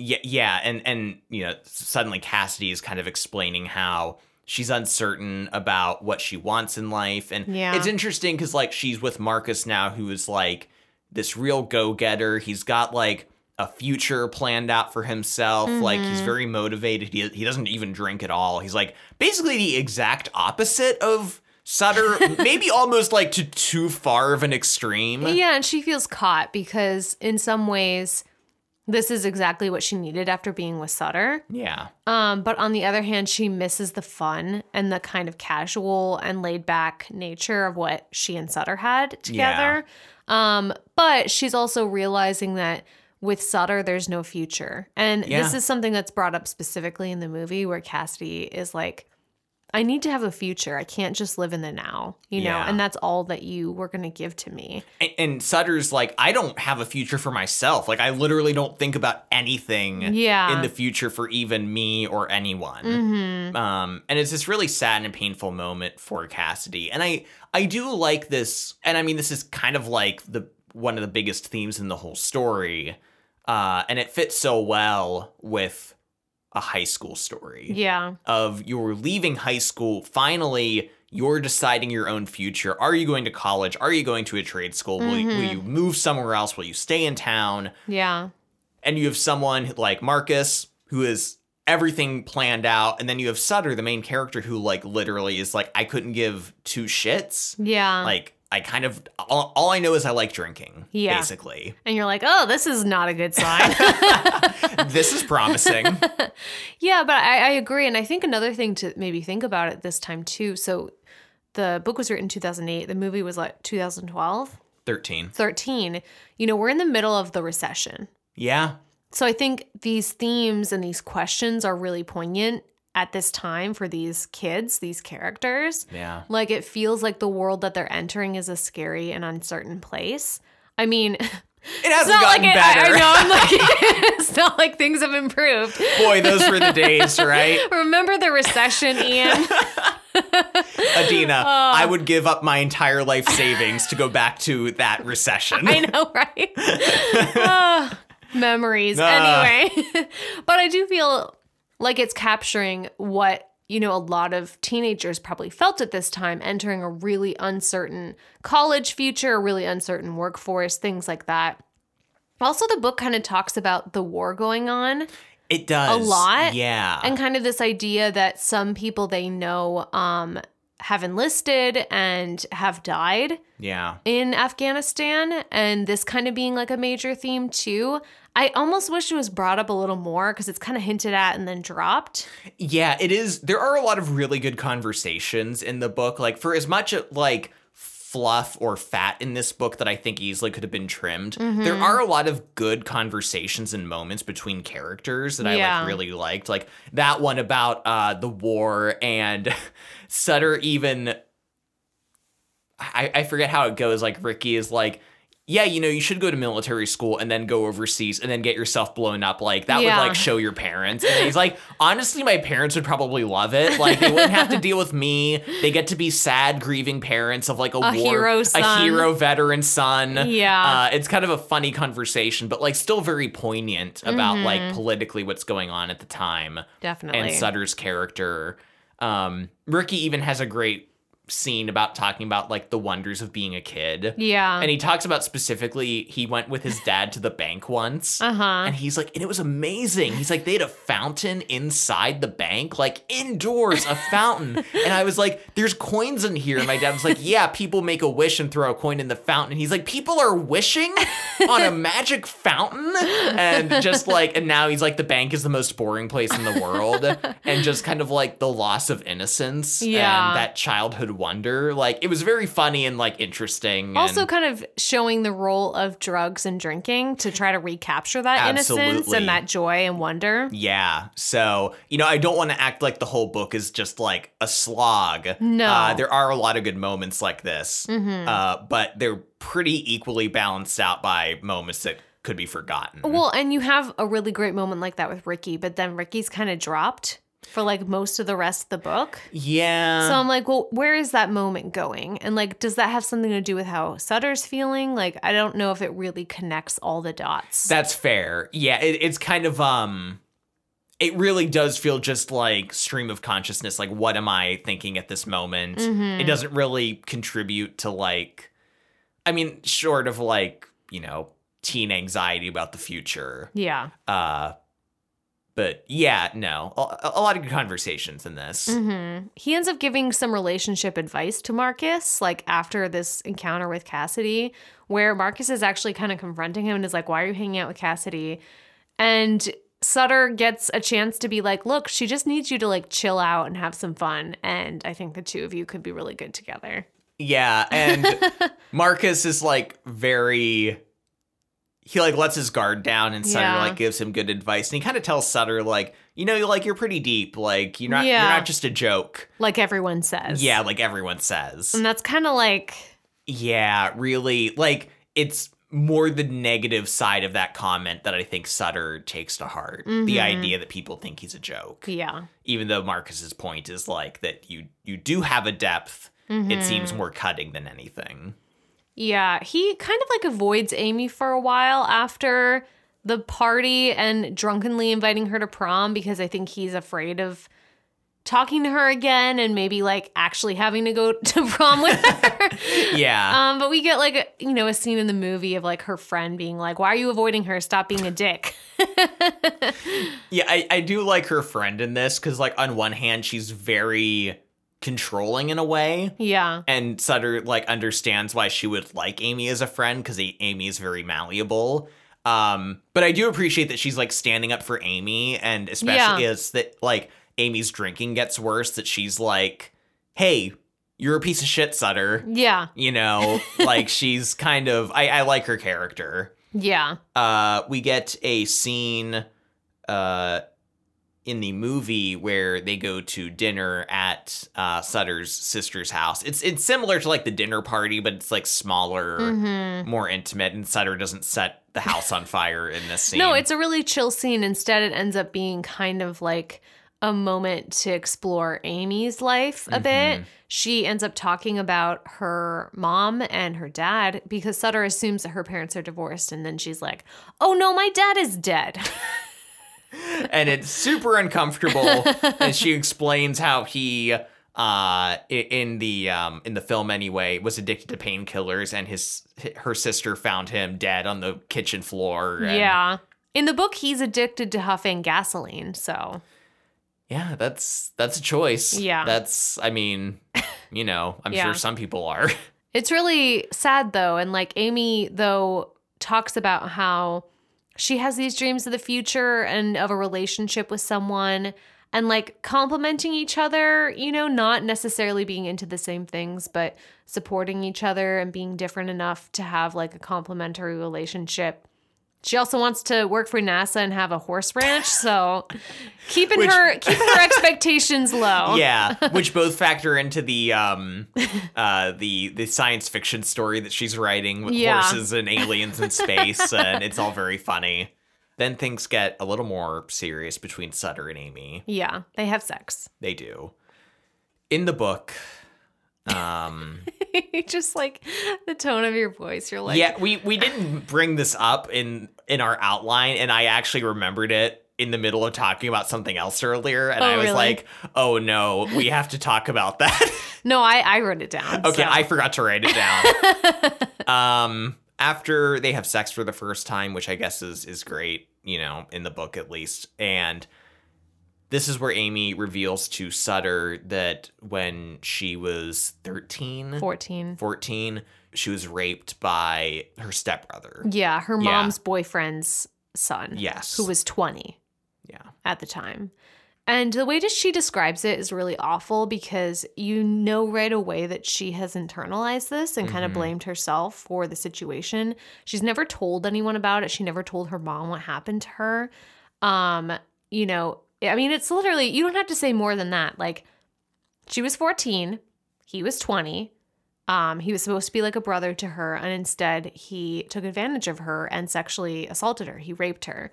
yeah, yeah, and and you know suddenly Cassidy is kind of explaining how. She's uncertain about what she wants in life, and
Yeah.
it's interesting because like she's with Marcus now, who is like this real go getter. He's got like a future planned out for himself. Like he's
Mhm.
very motivated. He he doesn't even drink at all. He's like basically the exact opposite of Sutter, maybe almost like to too far of an extreme.
yeah, and she feels caught because in some ways this is exactly what she needed after being with Sutter.
Yeah.
Um, but on the other hand, she misses the fun and the kind of casual and laid back nature of what she and Sutter had together. Um, but she's also realizing that with Sutter, there's no future. And this
Yeah.
is something that's brought up specifically in the movie where Cassidy is like, I need to have a future. I can't just live in the now, you know,
Yeah.
and that's all that you were going to give to me.
And, and Sutter's like, I don't have a future for myself. Like I literally don't think about anything
Yeah.
in the future for even me or anyone.
Mhm.
um and it's this really sad and painful moment for cassidy and i i do like this and i mean this is kind of like the one of the biggest themes in the whole story uh and it fits so well with a high school story
Yeah.
of you're leaving high school finally you're deciding your own future are you going to college are you going to a trade school will, you, will
Mhm.
you move somewhere else will you stay in town
Yeah.
and you have someone like Marcus who is everything planned out, and then you have Sutter, the main character, who like literally is like, I couldn't give two shits.
Yeah.
Like I kind of all, all I know is I like drinking.
Yeah.
Basically,
And you're like, oh, this is not a good sign.
this is promising.
yeah, but I, I agree. And I think another thing to maybe think about at this time, too. So the book was written in 2008, the movie was like 2012,
Thirteen.
13. You know, we're in the middle of the recession.
Yeah.
So I think these themes and these questions are really poignant at this time for these kids, these characters.
Yeah.
Like it feels like the world that they're entering is a scary and uncertain place. I mean,
It
it's
hasn't
not like
gotten
it,
better.
I, I know. I'm like, it's not like things have improved.
Boy, those were the days, right?
Remember the recession, Ian?
Adina,
Oh.
I would give up my entire life savings to go back to that recession.
I know, right? Ah, memories.
Ah.
Anyway, but I do feel like it's capturing what, you know, a lot of teenagers probably felt at this time entering a really uncertain college future, a really uncertain workforce, things like that. Also, the book kind of talks about the war going on
It does.
lot,
Yeah.
and kind of this idea that some people they know um, have enlisted and have died
yeah.
in Afghanistan, and this kind of being like a major theme too. I almost wish it was brought up a little more because it's kind of hinted at and then dropped.
Yeah, it is. There are a lot of really good conversations in the book. Like, for as much like fluff or fat in this book that I think easily could have been trimmed,
Mm-hmm.
there are a lot of good conversations and moments between characters that I
Yeah.
like really liked. Like that one about uh, the war and Sutter even. I, I forget how it goes. Like Ricky is like, yeah, you know, you should go to military school and then go overseas and then get yourself blown up. Like that
Yeah.
would like show your parents. And he's like, honestly, my parents would probably love it. Like they wouldn't have to deal with me. They get to be sad, grieving parents of like a, war,
hero
a
son.
hero veteran son.
Yeah.
Uh, it's kind of a funny conversation, but like still very poignant about
Mm-hmm.
like politically what's going on at the time
Definitely.
and Sutter's character. Um, Ricky even has a great scene about talking about like the wonders of being a kid.
yeah.
And he talks about specifically he went with his dad to the bank once.
uh huh.
And he's like, and it was amazing. He's like, they had a fountain inside the bank, like indoors, a fountain. And I was like, there's coins in here. And my dad was like, yeah, people make a wish and throw a coin in the fountain. And he's like, people are wishing on a magic fountain. And just like, and now he's like, the bank is the most boring place in the world. And just kind of like the loss of innocence
Yeah.
and that childhood wonder. Like, it was very funny and like interesting.
Also,
and,
kind of showing the role of drugs and drinking to try to recapture that innocence
Absolutely.
and that joy and wonder.
Yeah. So, you know, I don't want to act like the whole book is just like a slog.
No.
Uh, there are a lot of good moments like this,
Mhm.
uh, but they're pretty equally balanced out by moments that could be forgotten.
Well, and you have a really great moment like that with Ricky, but then Ricky's kind of dropped for like most of the rest of the book.
yeah.
So I'm like, well, where is that moment going? And like, does that have something to do with how Sutter's feeling? Like, I don't know if it really connects all the dots.
That's fair. Yeah, it, it's kind of um it really does feel just like stream of consciousness, like what am I thinking at this moment?
Mhm.
It doesn't really contribute to like I mean, short of like, you know, teen anxiety about the future.
yeah.
Uh but yeah, no. A, a lot of good conversations in this.
hmm He ends up giving some relationship advice to Marcus, like after this encounter with Cassidy, where Marcus is actually kind of confronting him and is like, why are you hanging out with Cassidy? And Sutter gets a chance to be like, look, she just needs you to like chill out and have some fun. And I think the two of you could be really good together.
Yeah, and Marcus is like very he like lets his guard down and Sutter
Yeah.
like gives him good advice. And he kind of tells Sutter like, you know, like you're pretty deep, like you're not
Yeah.
you're not just a joke.
Like everyone says.
Yeah, like everyone says.
And that's kind of like,
Yeah, really like it's more the negative side of that comment that I think Sutter takes to heart. The
Mhm.
idea that people think he's a joke.
yeah.
Even though Marcus's point is like that you you do have a depth. It seems more cutting than anything.
Yeah. He kind of like avoids Amy for a while after the party and drunkenly inviting her to prom because I think he's afraid of talking to her again and maybe like actually having to go to prom with her.
Yeah.
um, but we get like, a, you know, a scene in the movie of like her friend being like, why are you avoiding her? Stop being a dick.
Yeah, I, I do like her friend in this because, like, on one hand, she's very controlling in a way.
Yeah.
And Sutter like understands why she would like Amy as a friend because Amy is very malleable. Um, but I do appreciate that she's like standing up for Amy, and especially as that like Amy's drinking gets worse, that she's like, "Hey, you're a piece of shit, Sutter."
Yeah.
You know, like she's kind of I, I like her character.
Yeah.
Uh, we get a scene uh, in the movie where they go to dinner at uh, Sutter's sister's house. It's it's similar to like the dinner party, but it's like smaller,
Mm-hmm.
more intimate, and Sutter doesn't set the house on fire in this scene.
No, it's a really chill scene. Instead, it ends up being kind of like a moment to explore Amy's life a bit. She ends up talking about her mom and her dad because Sutter assumes that her parents are divorced. And then she's like, oh no, my dad is dead.
and it's super uncomfortable. and she explains how he uh i- in the um in the film anyway was addicted to painkillers and his her sister found him dead on the kitchen floor and-
yeah. In the book, he's addicted to huffing gasoline. So,
yeah that's that's a choice
Yeah.
that's i mean you know i'm
Yeah.
sure some people are
It's really sad though. And like Amy, though, talks about how she has these dreams of the future and of a relationship with someone and like complimenting each other, you know, not necessarily being into the same things, but supporting each other and being different enough to have like a complementary relationship. She also wants to work for NASA and have a horse ranch, so keeping
Which-
her keeping her expectations low.
yeah which both factor into the um uh the the science fiction story that she's writing with
Yeah.
horses and aliens in space and it's all very funny then things get a little more serious between sutter and amy
Yeah, they have sex.
they do in the book um
just like the tone of your voice. You're like,
yeah we we didn't bring this up in in our outline and i actually remembered it in the middle of talking about something else earlier and
Oh,
i was
really?
like oh no we have to talk about that
no, I, I wrote it down.
Okay,
so.
I forgot to write it down. um, after they have sex for the first time, which I guess is is great, you know, in the book at least. And this is where Amy reveals to Sutter that when she was 13,
14.
14, she was raped by her stepbrother.
Yeah, her
Yeah.
mom's boyfriend's son,
Yes.
who was 20
Yeah.
at the time. And the way that she describes it is really awful because you know right away that she has internalized this and kind of
Mhm.
blamed herself for the situation. She's never told anyone about it. She never told her mom what happened to her. Um, you know, I mean, it's literally, you don't have to say more than that. Like, she was 14, he was 20. Um, he was supposed to be like a brother to her, and instead he took advantage of her and sexually assaulted her. He raped her.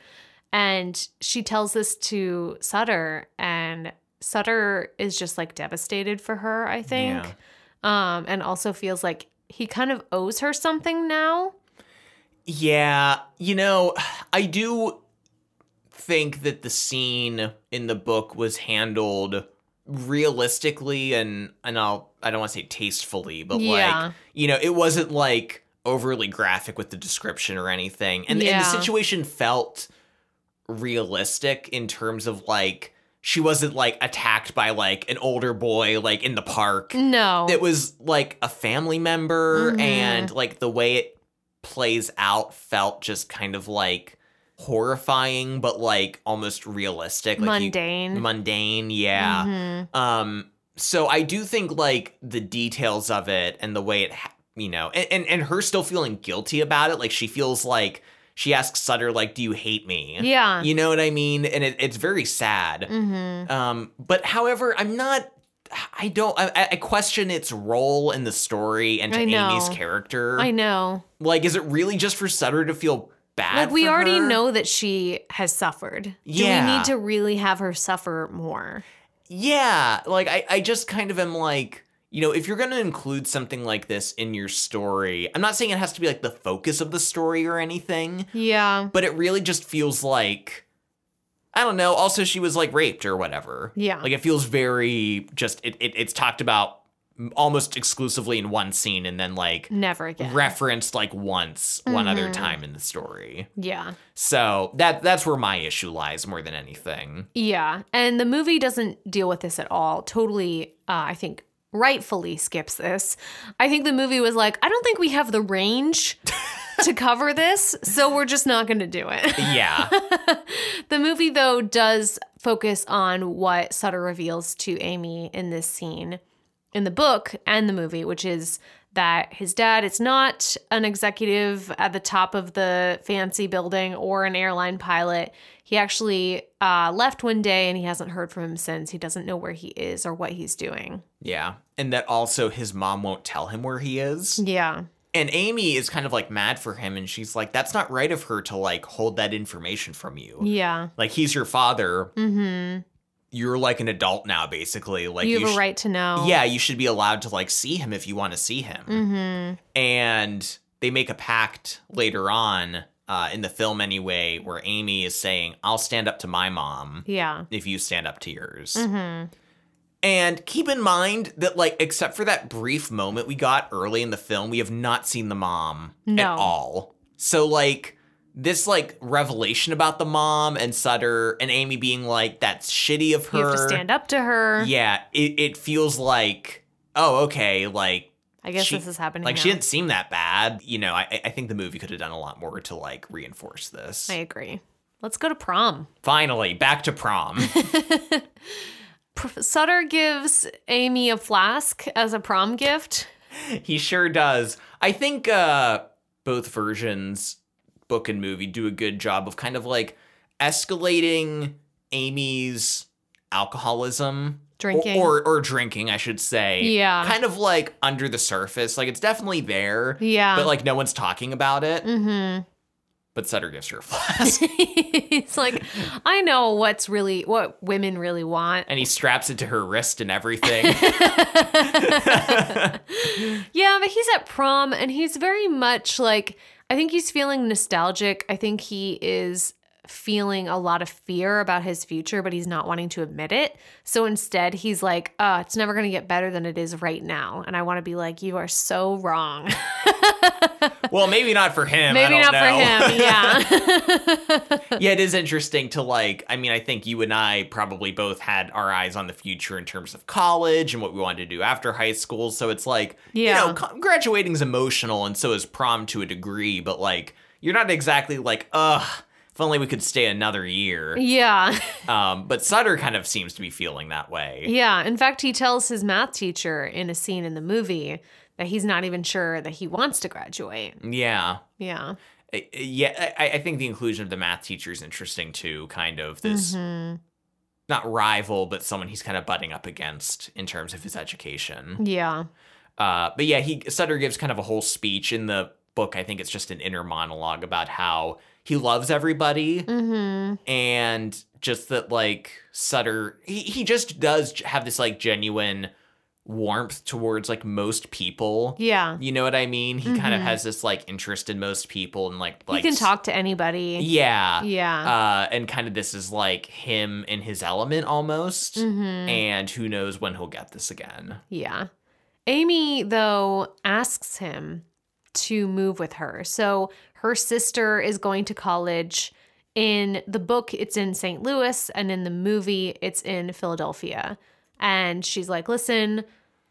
And she tells this to Sutter, and Sutter is just like devastated for her, I think.
Yeah.
Um, and also feels like he kind of owes her something now.
Yeah, you know, I do think that the scene in the book was handled realistically and and I'll I don't want to say tastefully, but like
Yeah.
you know, it wasn't like overly graphic with the description or anything. And, and
Yeah.
the situation felt realistic in terms of like she wasn't like attacked by like an older boy like in the park
No.
it was like a family member
Mhm.
and like the way it plays out felt just kind of like horrifying but like almost realistic like you-
mundane.
mundane yeah
Mhm.
um so i do think like the details of it and the way it ha- you know and, and and her still feeling guilty about it like she feels like she asks sutter like do you hate me
Yeah.
you know what i mean and it, it's very sad
hmm
um, but however, I'm not. I don't. I, I question its role in the story and to
I know.
Amy's character.
I know.
like, is it really just for Sutter to feel bad?
Like we
for
already
her?
know that she has suffered. Do we
Yeah.
need to really have her suffer more?
Yeah. Like, I, I just kind of am like, you know, if you're going to include something like this in your story, I'm not saying it has to be like the focus of the story or anything,
Yeah.
but it really just feels like, I don't know. Also, she was like raped or whatever.
Yeah.
Like, it feels very just, it, it, it's talked about almost exclusively in one scene and then like
Never again.
referenced like once one
Mm-hmm.
other time in the story.
yeah.
So that that's where my issue lies more than anything.
Yeah. And the movie doesn't deal with this at all. Totally, uh, I think, rightfully skips this. I think the movie was like, I don't think we have the range to cover this, so we're just not going to do it.
Yeah.
the movie, though, does focus on what Sutter reveals to Amy in this scene in the book and the movie, which is that his dad is not an executive at the top of the fancy building or an airline pilot. He actually uh, left one day and he hasn't heard from him since. He doesn't know where he is or what he's doing.
yeah. And that also his mom won't tell him where he is.
Yeah.
And Amy is kind of like mad for him and she's like that's not right of her to like hold that information from you.
Yeah.
Like he's your father.
Mm-hmm.
You're like an adult now basically. Like
you have a
sh-
right to know.
Yeah, you should be allowed to like see him if you want to see him.
Mm-hmm.
and they make a pact later on uh, in the film anyway where amy is saying i'll stand up to my mom
Yeah.
if you stand up to yours
Mm-hmm.
and keep in mind that like except for that brief moment we got early in the film we have not seen the mom at
No.
all so like this like revelation about the mom and sutter and amy being like that's shitty of her
You have to stand up to her.
yeah it, it feels like oh okay like
I guess
She-
this is happening.
like
now.
she didn't seem that bad you know i, I think the movie could have done a lot more to like reinforce this
I agree. Let's go to prom.
finally back to prom
Pr- Sutter gives Amy a flask as a prom gift.
he sure does i think uh both versions book and movie do a good job of kind of like escalating amy's alcoholism or-
Drinking.
or or, drinking i should say
Yeah.
kind of like under the surface like it's definitely there
Yeah.
but like no one's talking about it
mm-hmm.
but sutter gives her a flask
He's like, I know what's really what women really want.
and he straps it to her wrist and everything
Yeah, but he's at prom and he's very much like I think he's feeling nostalgic. I think he is feeling a lot of fear about his future, but he's not wanting to admit it. So instead, he's like, "Uh, it's never going to get better than it is right now." And I want to be like, "You are so wrong."
well, maybe not for him. I
Maybe
don't know.
not for him. Yeah.
yeah, it is interesting to like. I mean, I think you and I probably both had our eyes on the future in terms of college and what we wanted to do after high school. So it's like, you
Yeah.
know, co- graduating's emotional, and so is prom to a degree. But like, you're not exactly like, ugh. If only we could stay another year.
yeah.
Um, but Sutter kind of seems to be feeling that way.
Yeah. In fact, he tells his math teacher in a scene in the movie that he's not even sure that he wants to graduate.
Yeah.
Yeah.
Uh, yeah, I, I think the inclusion of the math teacher is interesting too. Kind of this
Mhm.
not rival, but someone he's kind of butting up against in terms of his education.
Yeah.
Uh, but yeah, he Sutter gives kind of a whole speech in the book. I think it's just an inner monologue about how he loves everybody
Mm-hmm.
and just that like Sutter, he he just does j- have this like genuine warmth towards like most people.
Yeah.
You know what I mean? He kind of
Mhm.
has this like interest in most people and like
He
like
can
s-
talk to anybody.
Yeah
Yeah.
uh, and kind of this is like him in his element almost.
hmm
And who knows when he'll get this again?
Yeah. Amy, though, asks him to move with her. So her sister is going to college. In the book, it's in St. Louis, and in the movie, it's in Philadelphia. And she's like, listen,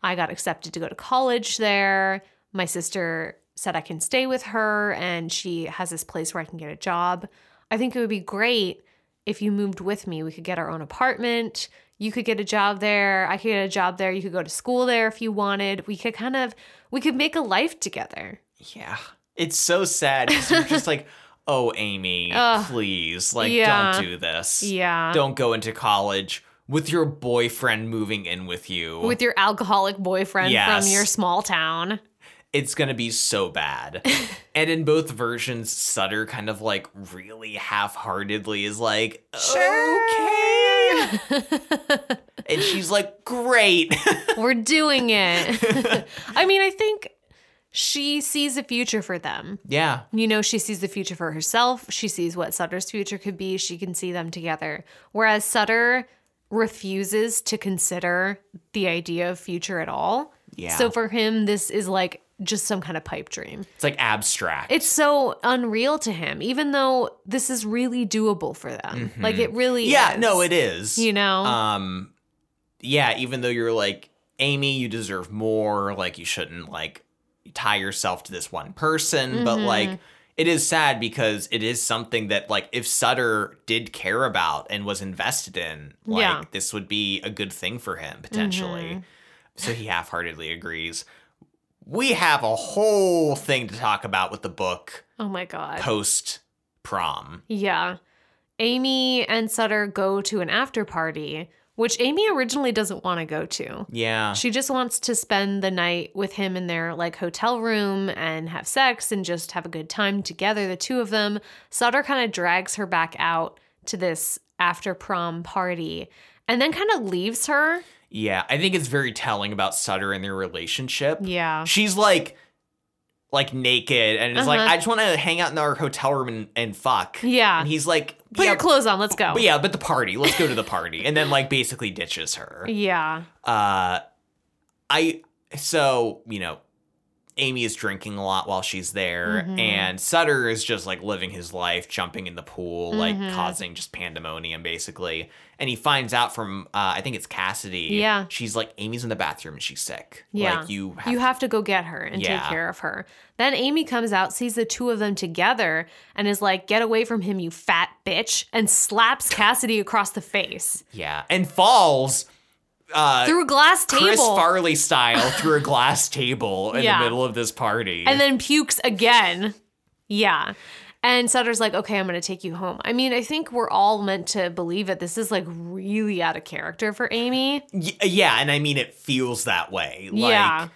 I got accepted to go to college there. My sister said I can stay with her, and she has this place where I can get a job. I think it would be great if you moved with me. We could get our own apartment. You could get a job there. I could get a job there. You could go to school there if you wanted. We could kind of we could make a life together.
Yeah. It's so sad. 'cause You're just like, oh, Amy,
Ugh.
please, like,
Yeah.
don't do this.
Yeah.
Don't go into college with your boyfriend moving in with you.
With your alcoholic boyfriend
Yes.
from your small town.
it's going to be so bad. and in both versions, Sutter kind of like really half heartedly is like, okay. and she's like, great.
We're doing it. I mean, I think she sees a future for them.
yeah.
You know, she sees the future for herself. She sees what Sutter's future could be. She can see them together. Whereas Sutter refuses to consider the idea of future at all.
Yeah.
So for him, this is like just some kind of pipe dream.
it's like abstract.
It's so unreal to him, even though this is really doable for them. Like it really
Mm-hmm. yeah,
is,
no, it is.
You know?
um yeah even though you're like amy you deserve more like you shouldn't like tie yourself to this one person but
Mhm.
like it is sad because it is something that like if sutter did care about and was invested in like
Yeah.
this would be a good thing for him potentially
Mhm.
so he half-heartedly agrees we have a whole thing to talk about with the book
oh my God.
post prom
Yeah. Amy and Sutter go to an after party, which Amy originally doesn't want to go to.
yeah
She just wants to spend the night with him in their like hotel room and have sex and just have a good time together, the two of them. Sutter kind of drags her back out to this after prom party and then kind of leaves her.
yeah i think it's very telling about sutter and their relationship
Yeah.
she's like like naked and it's like
Uh-huh.
i just want to hang out in our hotel room and, and fuck
Yeah.
and he's like
Put
yeah,
your clothes on. Let's go.
but yeah but the party let's go to the party and then like basically ditches her
Yeah.
uh i so you know amy is drinking a lot while she's there
Mhm.
and sutter is just like living his life jumping in the pool
Mhm.
like causing just pandemonium basically and he finds out from uh, i think it's cassidy
Yeah.
she's like amy's in the bathroom and she's sick
Yeah.
like you have
You
to
have to go get her and take
Yeah.
care of her. Then Amy comes out, sees the two of them together, and is like, Get away from him, you fat bitch, and slaps Cassidy across the face
Yeah, and falls uh,
through a glass table.
Chris Farley style through a glass table in
Yeah.
the middle of this party.
and then pukes again. Yeah. And Sutter's like, okay, I'm going to take you home. I mean, I think we're all meant to believe it. This is like really out of character for Amy.
Y- yeah, and I mean it feels that way. Like
yeah.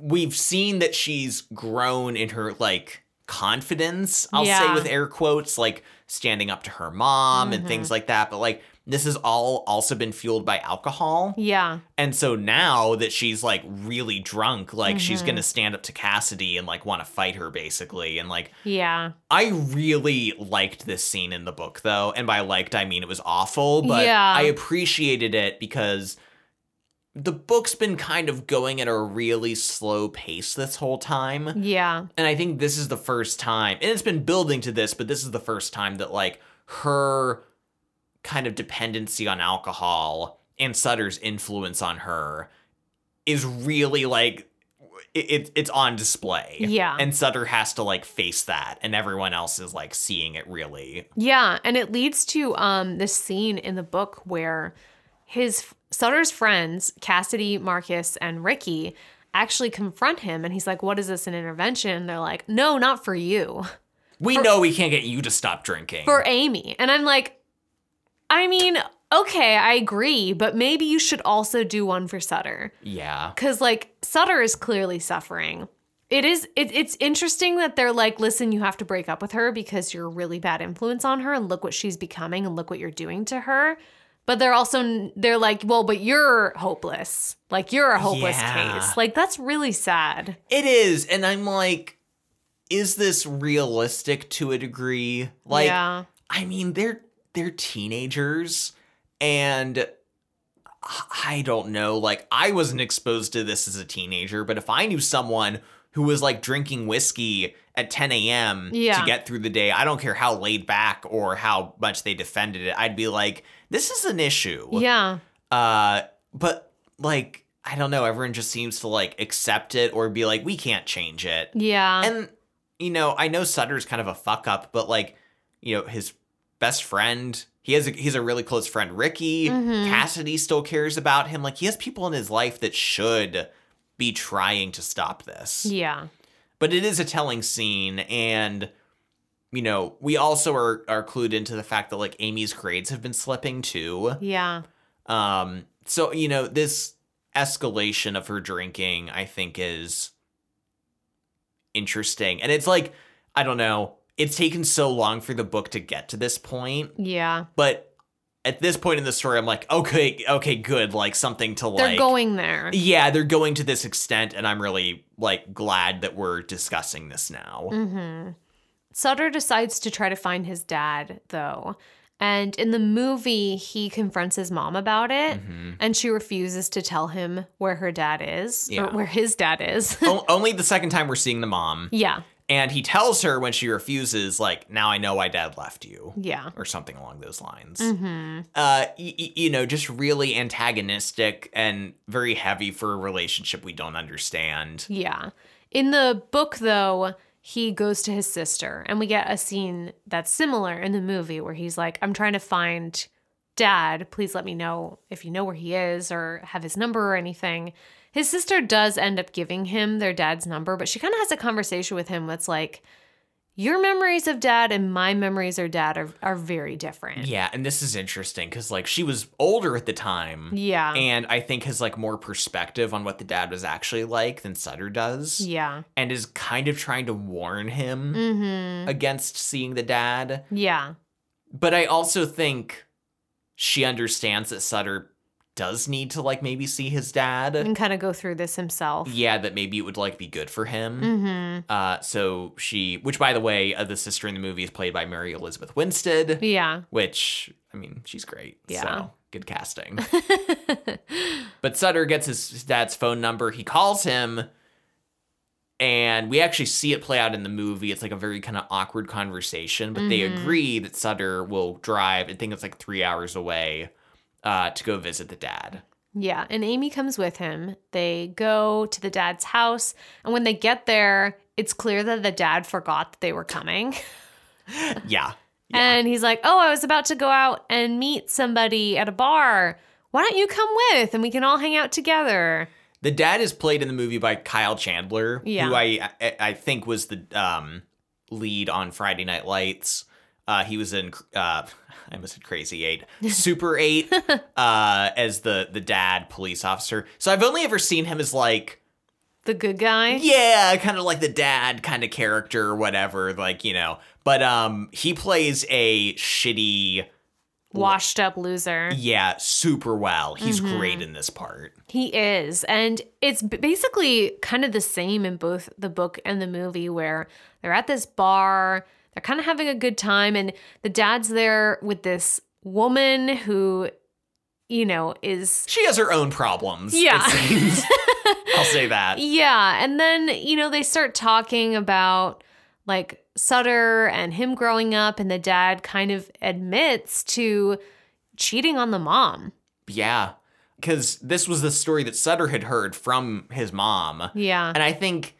we've seen that she's grown in her like confidence. I'll
Yeah.
say with air quotes, like standing up to her mom and things
Mm-hmm.
like that. But like this has all also been fueled by alcohol.
Yeah.
And so now that she's like really drunk, like
Mm-hmm.
she's gonna stand up to Cassidy and like wanna fight her basically. And like
Yeah.
I really liked this scene in the book, though. And by liked, I mean it was awful, but
Yeah.
I appreciated it because the book's been kind of going at a really slow pace this whole time.
Yeah.
And I think this is the first time, and it's been building to this, but this is the first time that, like, her kind of dependency on alcohol and Sutter's influence on her is really like. It, it, it's on display.
Yeah.
And Sutter has to like face that, and everyone else is like seeing it really.
Yeah, and it leads to um this scene in the book where his Sutter's friends, Cassidy, Marcus, and Ricky, actually confront him and he's like, "What is this an intervention?" And they're like, "No, not for you.
We know we can't get you to stop drinking.
For Amy." And I'm like, I mean, okay, I agree, but maybe you should also do one for Sutter
yeah.
cuz like Sutter is clearly suffering. It is it, it's interesting that they're like, "Listen, you have to break up with her because you're a really bad influence on her and look what she's becoming and look what you're doing to her." But they're also they're like, "Well, but you're hopeless. Like you're a hopeless
Yeah.
case." Like that's really sad.
It is. And I'm like, is this realistic to a degree? Like,
yeah.
I mean, they're they're teenagers and I- I don't know, like I wasn't exposed to this as a teenager, but if I knew someone who was like drinking whiskey at 10 a.m.
Yeah.
to get through the day, I don't care how laid back or how much they defended it, I'd be like, this is an issue.
yeah.
Uh, but like, I don't know, everyone just seems to like accept it or be like, we can't change it.
Yeah.
And you know, I know Sutter's kind of a fuck up, but like, you know, his best friend, he has a, he's a really close friend, Ricky.
Mhm.
Cassidy still cares about him. Like, he has people in his life that should be trying to stop this.
yeah.
But it is a telling scene, and you know, we also are are clued into the fact that like Amy's grades have been slipping too.
Yeah.
Um, so you know, this escalation of her drinking, I think, is interesting, and it's like, I don't know, it's taken so long for the book to get to this point,
Yeah.
but at this point in the story, I'm like, okay, okay, good, like something to
They're
like.
going there.
yeah, they're going to this extent, and I'm really like glad that we're discussing
Mm-hmm.
this now.
hmm Sutter decides to try to find his dad, though, And in the movie, he confronts his mom about it,
Mhm.
and she refuses to tell him where her dad is or
Yeah.
where his dad is.
O- only the second time we're seeing the mom.
yeah,
And he tells her when she refuses, like, now I know why dad left you,
yeah.
or something along those lines.
hmm
Uh, y- y- you know, just really antagonistic and very heavy for a relationship we don't understand.
Yeah. In the book, though, he goes to his sister, and we get a scene that's similar in the movie where he's like, I'm trying to find dad. Please let me know if you know where he is or have his number or anything. His sister does end up giving him their dad's number, but she kind of has a conversation with him that's like, your memories of dad and my memories of dad are, are very different.
Yeah, and this is interesting because like she was older at the time,
Yeah.
and I think has like more perspective on what the dad was actually like than Sutter does,
yeah.
and is kind of trying to warn him
Mm-hmm.
against seeing the dad.
Yeah.
But I also think she understands that Sutter does need to like maybe see his dad.
And kind of go through this himself.
Yeah, that maybe it would like be good for him.
Mm-hmm.
Uh, so she, which by the way, uh, the sister in the movie is played by Mary Elizabeth Winstead,
Yeah.
which I mean, she's great.
Yeah.
So good casting. But Sutter gets his, his dad's phone number. He calls him, and we actually see it play out in the movie. It's like a very kind of awkward conversation, but they
Mhm.
agree that Sutter will drive. I think it's like three hours away uh, to go visit the dad.
Yeah, and Amy comes with him. They go to the dad's house, and when they get there, it's clear that the dad forgot that they were coming.
Yeah. Yeah.
And he's like, Oh, I was about to go out and meet somebody at a bar. Why don't you come with and we can all hang out together?
the dad is played in the movie by Kyle Chandler,
Yeah.
who I, I I think was the um, lead on Friday Night Lights. Uh, he was in uh, I almost said Crazy Eight, Super Eight, uh, as the the dad police officer. So I've only ever seen him as like,
The good guy?
yeah, kind of like the dad kind of character or whatever, like you know. But um, he plays a shitty,
Washed up loser.
yeah, super well. He's
Mhm.
great in this part.
He is. And it's b- basically kind of the same in both the book and the movie where they're at this bar, they're kind of having a good time, and the dad's there with this woman who, you know, is.
She has her own problems. it
Yeah.
seems. I'll say that.
Yeah. And then, you know, they start talking about like Sutter and him growing up, and the dad kind of admits to cheating on the mom.
Yeah. Because this was the story that Sutter had heard from his mom.
Yeah.
And I think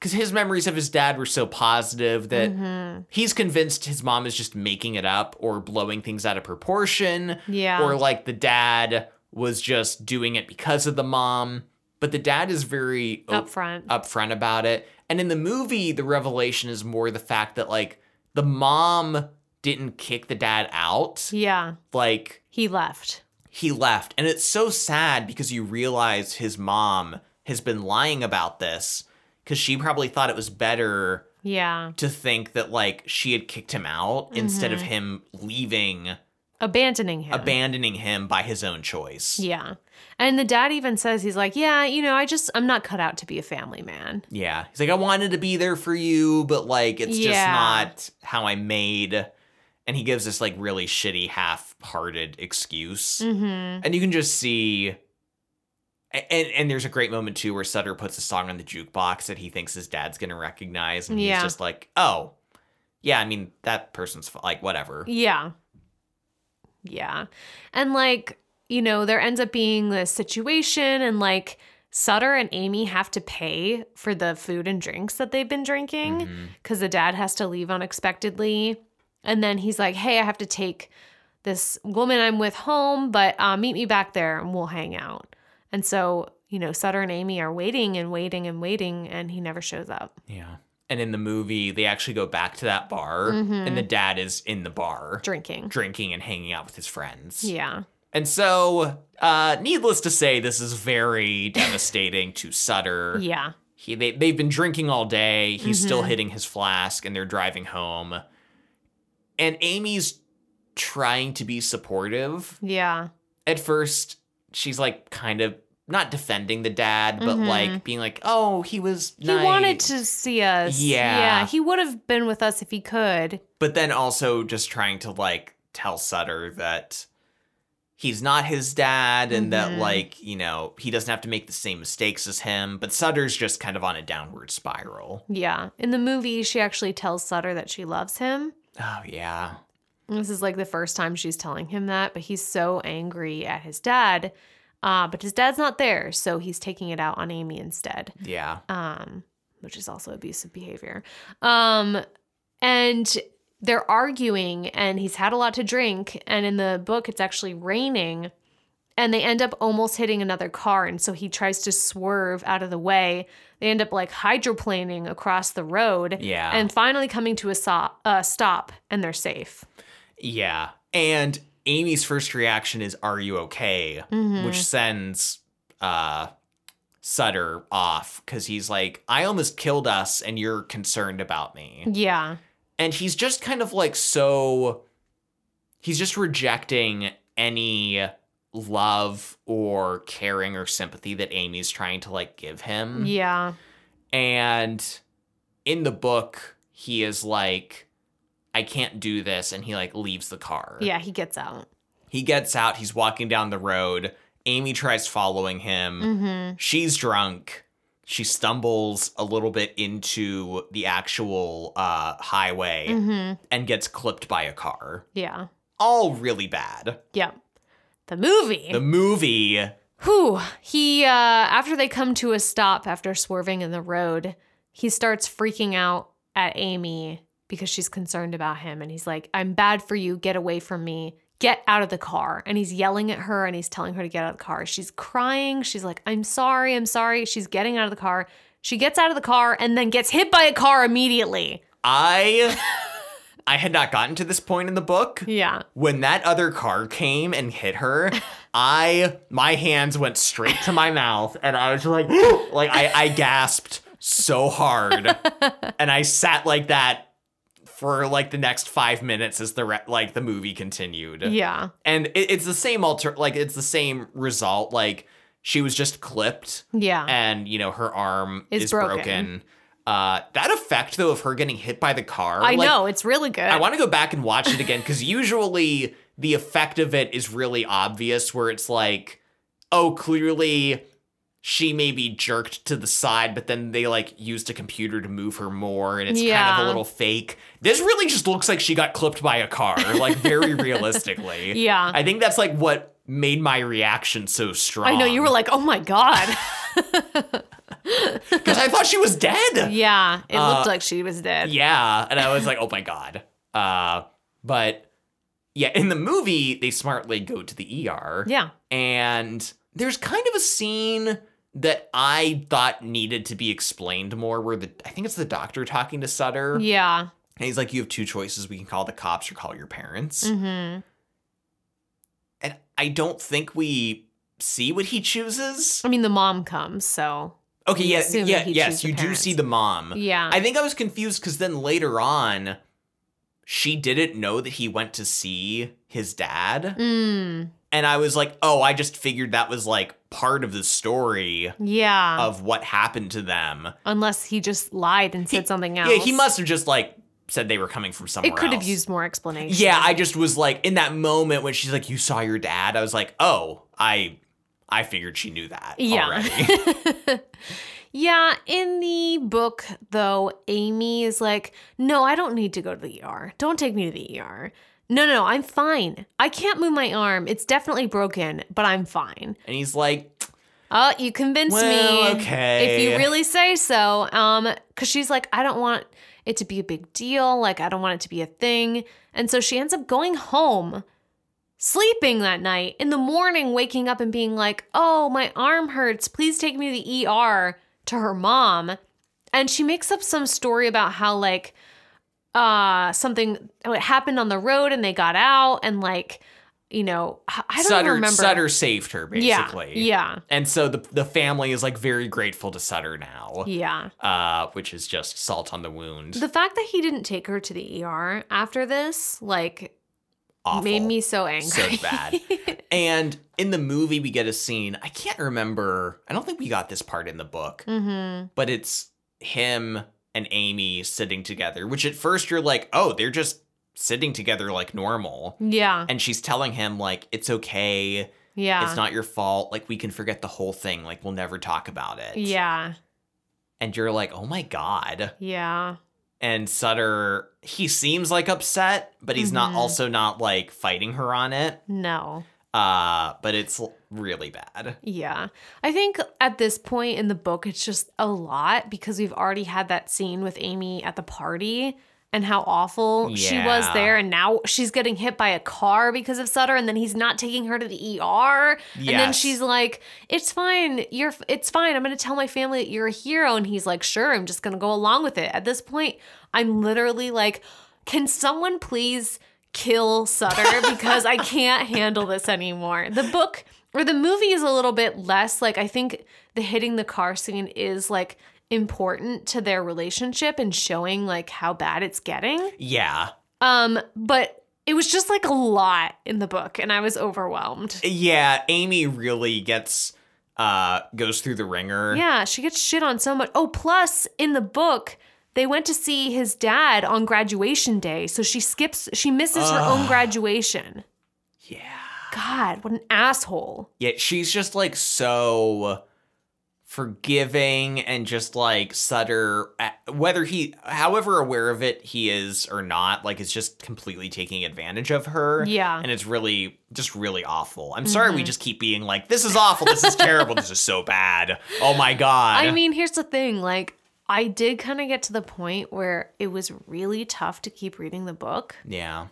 because his memories of his dad were so positive that
Mhm.
he's convinced his mom is just making it up or blowing things out of proportion
Yeah.
or like the dad was just doing it because of the mom. But the dad is very o-
upfront.
upfront about it. And in the movie, the revelation is more the fact that like the mom didn't kick the dad out.
yeah.
Like
He left.
he left. And it's so sad because you realize his mom has been lying about this because she probably thought it was better
Yeah.
to think that like she had kicked him out instead of him leaving,
Abandoning him.
abandoning him by his own choice.
Yeah. And the dad even says, he's like, yeah, you know, I just, I'm not cut out to be a family man.
Yeah. He's like, I wanted to be there for you, but like it's just
Yeah.
not how I made. And he gives this like really shitty, half hearted excuse.
Mm
and you can just see a- and and there's a great moment too where Sutter puts a song on the jukebox that he thinks his dad's gonna recognize, and
Yeah.
he's just like, "Oh, yeah, I mean that person's f- like whatever."
hmm. Yeah. Yeah. And like, you know, there ends up being this situation and like Sutter and Amy have to pay for the food and drinks that they've been drinking.
Mhm.
because the dad has to leave unexpectedly. And then he's like, hey, I have to take this woman I'm with home, but uh, meet me back there and we'll hang out. And so, you know, Sutter and Amy are waiting and waiting and waiting, and he never shows up.
Yeah. And in the movie, they actually go back to that bar,
Mhm.
and the dad is in the bar
Drinking.
drinking and hanging out with his friends.
Yeah.
And so, uh, needless to say, this is very devastating to Sutter.
Yeah.
He they they've been drinking all day. He's still
Mhm.
hitting his flask and they're driving home. And Amy's trying to be supportive.
Yeah.
At first, she's like kind of not defending the dad, but
Mhm.
like being like, "Oh, he was
He
nice."
wanted to see us.
Yeah.
Yeah. He would have been with us if he could.
But then also just trying to like tell Sutter that he's not his dad and that
Mhm.
like, you know, he doesn't have to make the same mistakes as him, but Sutter's just kind of on a downward spiral.
Yeah. In the movie, she actually tells Sutter that she loves him.
Oh yeah.
This is like the first time she's telling him that, but he's so angry at his dad. Uh, but his dad's not there, so he's taking it out on Amy instead,
Yeah.
um, which is also abusive behavior. Um, and they're arguing, and he's had a lot to drink. And in the book, it's actually raining, and they end up almost hitting another car. And so he tries to swerve out of the way. They end up like hydroplaning across the road
Yeah.
and finally coming to a so- uh, stop, and they're safe.
yeah. And Amy's first reaction is are you okay?
Mhm.
which sends uh Sutter off cuz he's like I almost killed us and you're concerned about me.
yeah,
And he's just kind of like so he's just rejecting any love or caring or sympathy that Amy's trying to like give him.
yeah,
And in the book he is like I can't do this and he like leaves the car.
yeah. He gets out.
He gets out, he's walking down the road. Amy tries following him.
Mm-hmm.
She's drunk. She stumbles a little bit into the actual uh, highway
Mm-hmm.
and gets clipped by a car.
Yeah,
All really bad.
yeah. The movie.
The movie,
Whew. He uh, after they come to a stop after swerving in the road, he starts freaking out at Amy because she's concerned about him, and he's like, "I'm bad for you. Get away from me." Get out of the car. And he's yelling at her and he's telling her to get out of the car. She's crying. She's like, I'm sorry. I'm sorry. She's getting out of the car. She gets out of the car and then gets hit by a car immediately.
I I had not gotten to this point in the book.
Yeah.
When that other car came and hit her, I my hands went straight to my mouth and I was like like I, I gasped so hard and I sat like that for like the next five minutes as the re- like the movie continued.
Yeah.
and it, it's the same alter like it's the same result like she was just clipped
Yeah.
and you know her arm is,
Is
broken.
broken.
uh that effect though of her getting hit by the car
I
like,
know it's really good.
i want to go back and watch it again because usually the effect of it is really obvious where it's like oh clearly she may be jerked to the side but then they like used a computer to move her more and it's kind of
Yeah.
a little fake this really just looks like she got clipped by a car like very realistically
yeah,
I think that's like what made my reaction so strong.
I know you were like, oh my god.
because I thought she was dead.
yeah, it
Uh,
looked like she was dead.
Yeah, and I was like, oh my god. Uh, but yeah, in the movie, they smartly go to the ER,
Yeah.
and there's kind of a scene that I thought needed to be explained more, where the I think it's the doctor talking to Sutter,
Yeah.
and he's like, you have two choices: we can call the cops or call your parents.
hmm
And I don't think we see what he chooses.
I mean, the mom comes, so
Okay,
We
yeah,
assume
yeah,
he
yes,
choose the
you do
parents.
see the mom.
yeah.
I think I was confused because then later on, she didn't know that he went to see his dad.
mm,
And I was like, oh, I just figured that was like part of the story
yeah.
of what happened to them.
Unless he just lied and said
He-
something else.
Yeah, he must have just like said they were coming from somewhere
It could have
else.
used more explanation.
Yeah, I just was like, in that moment when she's like, you saw your dad, I was like, oh, I. I figured she knew that already.
Yeah. yeah. In the book, though, Amy is like, no, I don't need to go to the ER. Don't take me to the ER. No, no, no, I'm fine. I can't move my arm. It's definitely broken, but I'm fine.
and he's like,
Oh, you convinced
Well,
me.
okay.
If you really say so. Um, cause she's like, I don't want it to be a big deal. Like, I don't want it to be a thing. And so she ends up going home, sleeping that night, in the morning, waking up and being like, Oh, my arm hurts. Please take me to the ER to her mom. And she makes up some story about how like uh something oh, it happened on the road and they got out and like, you know, I I don't even
Sutter,
remember.
Sutter saved her, basically.
Yeah.
And so the the family is like very grateful to Sutter now,
Yeah. Yeah.
uh, which is just salt on the wound.
The fact that he didn't take her to the ER after this, like,
Awful.
made me so angry.
So bad. And in the movie, we get a scene. I can't remember. I don't think we got this part in the book,
hmm
but it's him and Amy sitting together. Which at first you're like, oh, they're just sitting together like normal.
Yeah.
And she's telling him, like, it's okay.
Yeah.
It's not your fault. Like, we can forget the whole thing. Like, we'll never talk about it.
Yeah.
And you're like, oh my God.
Yeah.
And Sutter, he seems like upset, but he's not
Mhm.
also not like fighting her on it.
No.
Uh, but it's l- really bad.
Yeah. I think at this point in the book, it's just a lot because we've already had that scene with Amy at the party and how awful she was
Yeah.
there. And now she's getting hit by a car because of Sutter. And then he's not taking her to the ER. And then
Yes.
she's like, it's fine. You're, f- it's fine. I'm going to tell my family that you're a hero. And he's like, sure, I'm just going to go along with it. At this point, I'm literally like, can someone please kill Sutter because I can't handle this anymore. The book or the movie is a little bit less like I think the hitting the car scene is like important to their relationship and showing like how bad it's getting.
Yeah.
Um but it was just like a lot in the book and I was overwhelmed.
Yeah. Amy really gets, uh, goes through the ringer.
Yeah, she gets shit on so much. Oh, plus in the book, they went to see his dad on graduation day, so she skips she misses her own
Ugh.
graduation.
Yeah.
God, what an asshole.
Yet she's just like so forgiving and just like Sutter, whether he, however aware of it he is or not, like is just completely taking advantage of her.
Yeah.
And it's really, just really awful. I'm sorry we
Mhm.
just keep being like, this is awful. This is terrible. This is so bad. Oh my God.
I mean, here's the thing like, I did kind of get to the point where it was really tough to keep reading the book.
yeah.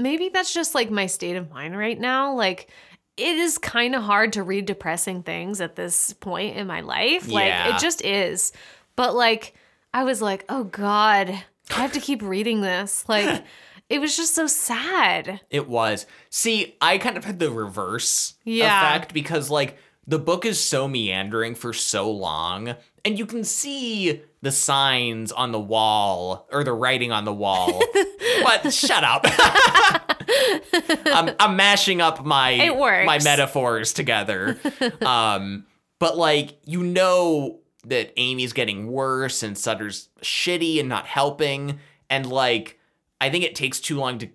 Maybe that's just like my state of mind right now. Like, it is kind of hard to read depressing things at this point in my life. Like,
Yeah.
it just is. But like, I was like, oh God, I have to keep reading this. Like, it was just so sad.
It was. See, I kind of had the reverse
Yeah.
effect because like the book is so meandering for so long and you can see the signs on the wall or the writing on the wall. what? Shut up. I'm, I'm mashing up my
It works.
my metaphors together. um but like you know that Amy's getting worse and Sutter's shitty and not helping and like I think it takes too long to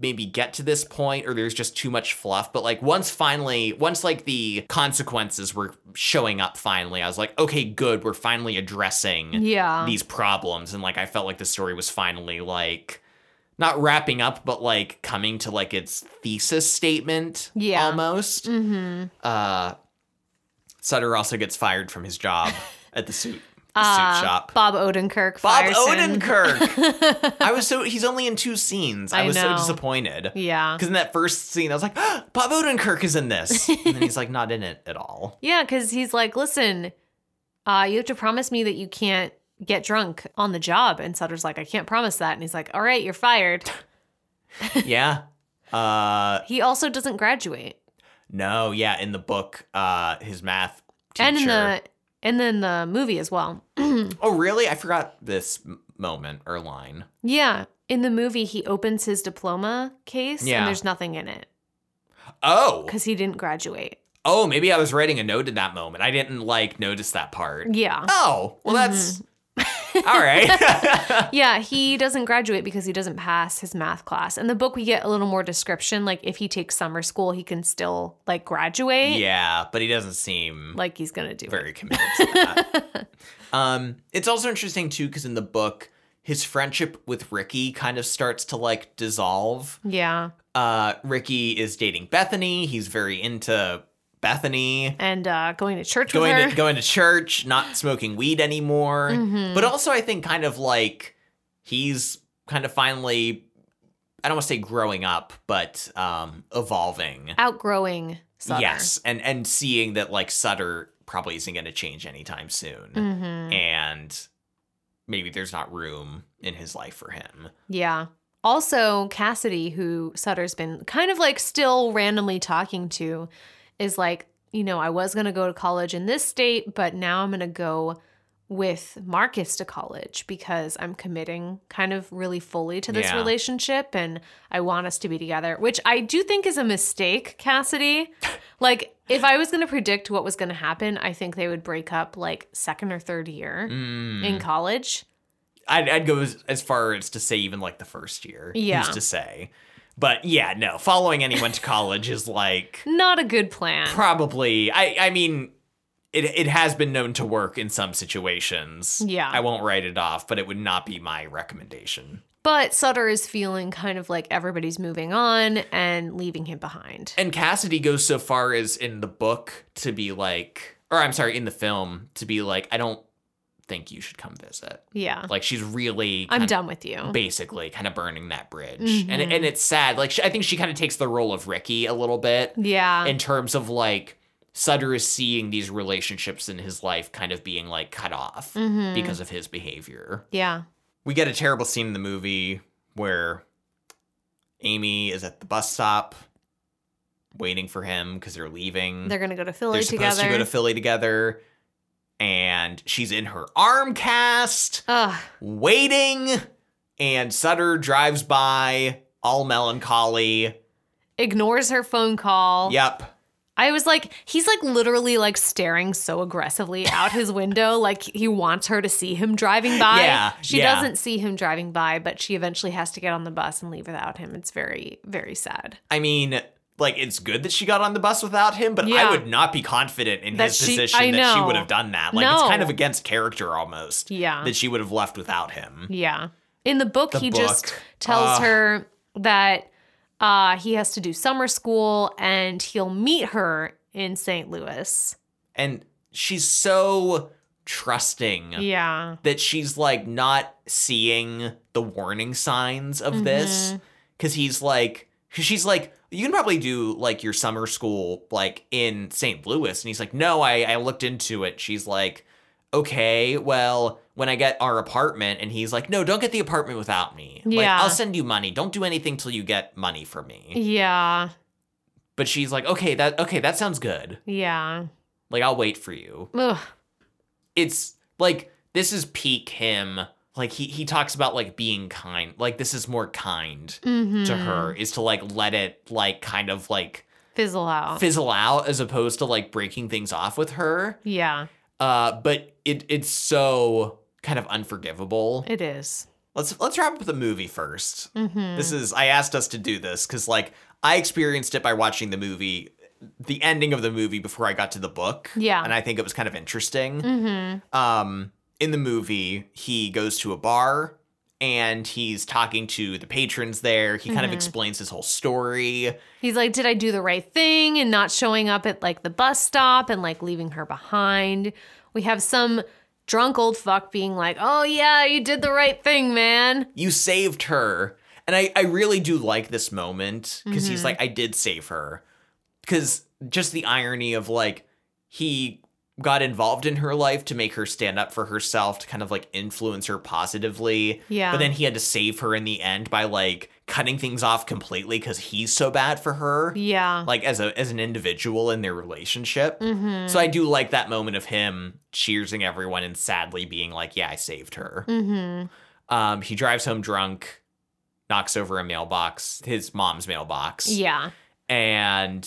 maybe get to this point or there's just too much fluff but like once finally once like the consequences were showing up finally I was like okay good we're finally addressing
Yeah.
these problems and like I felt like the story was finally like not wrapping up but like coming to like its thesis statement
Yeah.
almost
Mm-hmm.
uh, Sutter also gets fired from his job at the suit, the
Uh,
suit shop.
Bob Odenkirk.
Bob
fires him.
Odenkirk. I was so he's only in two scenes. I,
I
was
know.
so disappointed
Yeah.
because in that first scene I was like, "Ah, Bob Odenkirk is in this, and then he's like not in it at all.
Yeah, because he's like, listen, uh, you have to promise me that you can't get drunk on the job. And Sutter's like, I can't promise that. And he's like, all right, you're fired.
Yeah. Uh,
He also doesn't graduate.
no, yeah. In the book, uh, his math teacher.
And in the and then the movie as well.
oh, really? I forgot this m- moment or line.
yeah. In the movie, he opens his diploma case
Yeah.
and there's nothing in it
Oh,
because he didn't graduate.
oh, maybe I was writing a note in that moment. I didn't like notice that part.
Yeah. Mm-hmm.
Oh, well, that's all right.
Yeah, he doesn't graduate because he doesn't pass his math class. In the book, we get a little more description. Like, if he takes summer school, he can still like graduate.
yeah, but he doesn't seem
Like he's gonna do. it.
very committed to that. um, it's also interesting too because in the book, his friendship with Ricky kind of starts to like dissolve.
Yeah.
Uh, Ricky is dating Bethany. He's very into Bethany.
and uh, going to church with her.
Going to going to church, not smoking weed anymore.
Mhm.
But also, I think kind of like he's kind of finally. I don't want to say growing up, but um, evolving.
Outgrowing Sutter.
Yes, and and seeing that like Sutter probably isn't going to change anytime soon,
Mhm.
and maybe there's not room in his life for him.
Yeah. Also, Cassidy, who Sutter's been kind of like still randomly talking to, is like, you know, I was going to go to college in this state, but now I'm going to go with Marcus to college because I'm committing kind of really fully to this
Yeah.
relationship and I want us to be together, which I do think is a mistake, Cassidy. like, if I was going to predict what was going to happen, I think they would break up like second or third year.
Mm.
in college.
I'd, I'd go as, as far as to say even like the first year.
Yeah.
Who's to say? But yeah, no, following anyone to college is like
Not a good plan.
probably. I I mean, it it has been known to work in some situations.
Yeah.
I won't write it off, but it would not be my recommendation.
but Sutter is feeling kind of like everybody's moving on and leaving him behind.
And Cassidy goes so far as in the book to be like, or I'm sorry, in the film to be like, I don't think you should come visit.
Yeah.
Like she's really
Uh-huh. I'm
kind
done with you.
basically kind of burning that bridge and
Mhm.
and it's sad like she, i think she kind of takes the role of ricky a little bit
Yeah.
in terms of like sutter is seeing these relationships in his life kind of being like cut off
Mhm.
because of his behavior
Yeah.
we get a terrible scene in the movie where amy is at the bus stop waiting for him because they're leaving
They're going to go to Philly
Mm. They're supposed
together.
to go to philly together and she's in her arm cast
Ugh.
waiting, and Sutter drives by, all melancholy.
Ignores her phone call.
Yep.
I was like, he's like literally like staring so aggressively out his window, like he wants her to see him driving by.
Yeah,
she
yeah.
doesn't see him driving by, but she eventually has to get on the bus and leave without him. It's very, very sad.
I mean, like it's good that she got on the bus without him, but
Yeah.
I would not be confident in
That
his
she-
position
I
that she
know.
would have done that. Like it's
No.
kind of against character almost
Yeah,
that she would have left without him.
yeah. In the book,
The
he
book. Ah.
just tells
Ugh.
her that uh, he has to do summer school and he'll meet her in St. Louis.
And she's so trusting
Yeah,
that she's like not seeing the warning signs of
Mm-hmm.
this because he's like 'cause she's like you can probably do like your summer school like in st louis and he's like no i i looked into it she's like okay well when i get our apartment and he's like no don't get the apartment without me like
Yeah.
i'll send you money don't do anything till you get money from me
yeah,
but she's like okay that okay that sounds good
yeah.
like i'll wait for you
Ugh.
it's like this is peak him. Like he he talks about like being kind. Like this is more kind to
Mhm.
her is to like let it like kind of like
fizzle out.
fizzle out as opposed to like breaking things off with her.
yeah,
Uh but it it's so kind of unforgivable.
it is.
Let's let's wrap up the movie first.
Mm-hmm.
This is I asked us to do this cuz like I experienced it by watching the movie the ending of the movie before I got to the book.
Yeah.
And I think it was kind of interesting.
Mm-hmm.
um in the movie he goes to a bar and he's talking to the patrons there he kind of
Mhm.
explains his whole story
He's like, did I do the right thing and not showing up at like the bus stop and like leaving her behind? We have some drunk old fuck being like, oh yeah, you did the right thing, man.
you saved her and i i really do like this moment because he's
Mhm.
like i did save her because just the irony of like he got involved in her life to make her stand up for herself to kind of like influence her positively
Yeah.
but then he had to save her in the end by like cutting things off completely because he's so bad for her
yeah.
like as a as an individual in their relationship.
mm-hmm.
So I do like that moment of him cheersing everyone and sadly being like, "Yeah, I saved her."
mm-hmm.
Um, he drives home drunk, knocks over a mailbox, his mom's mailbox,
Yeah.
and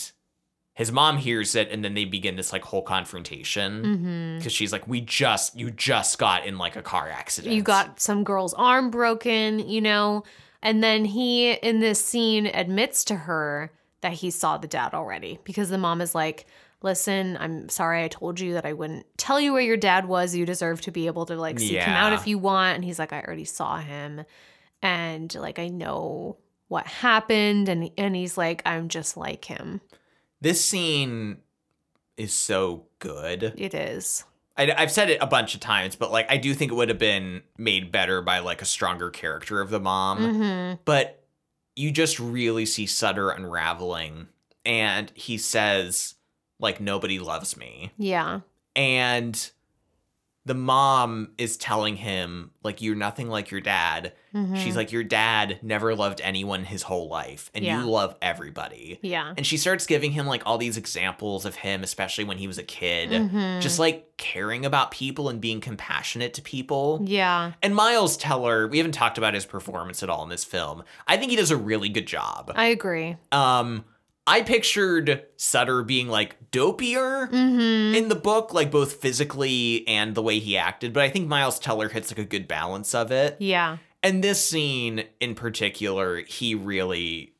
his mom hears it, and then they begin this like whole confrontation
Mm-hmm.
because she's like, "We just, you just got in like a car accident.
You got some girl's arm broken, you know? And then he, in this scene, admits to her that he saw the dad already because the mom is like, Listen, I'm sorry I told you that I wouldn't tell you where your dad was. You deserve to be able to like seek him out
Yeah.
if you want. And he's like, I already saw him. And like, I know what happened. And, and he's like, I'm just like him.
this scene." Is so good.
It is.
I, have said it a bunch of times, but like I do think it would have been made better by like a stronger character of the mom.
Mhm.
But you just really see Sutter unraveling, and he says like nobody loves me,
Yeah.
and the mom is telling him like you're nothing like your dad. She's
Mhm.
like your dad never loved anyone his whole life, and
Yeah.
you love everybody.
Yeah.
And she starts giving him like all these examples of him, especially when he was a kid
Mhm.
uh, just like caring about people and being compassionate to people.
Mm-hmm. yeah.
And Miles Teller, we haven't talked about his performance at all in this film. I think he does a really good job.
I agree.
Um I pictured Sutter being like dopier
Mm-hmm.
in the book, like both physically and the way he acted, but I think Miles Teller hits like a good balance of it.
Yeah.
And this scene in particular, he really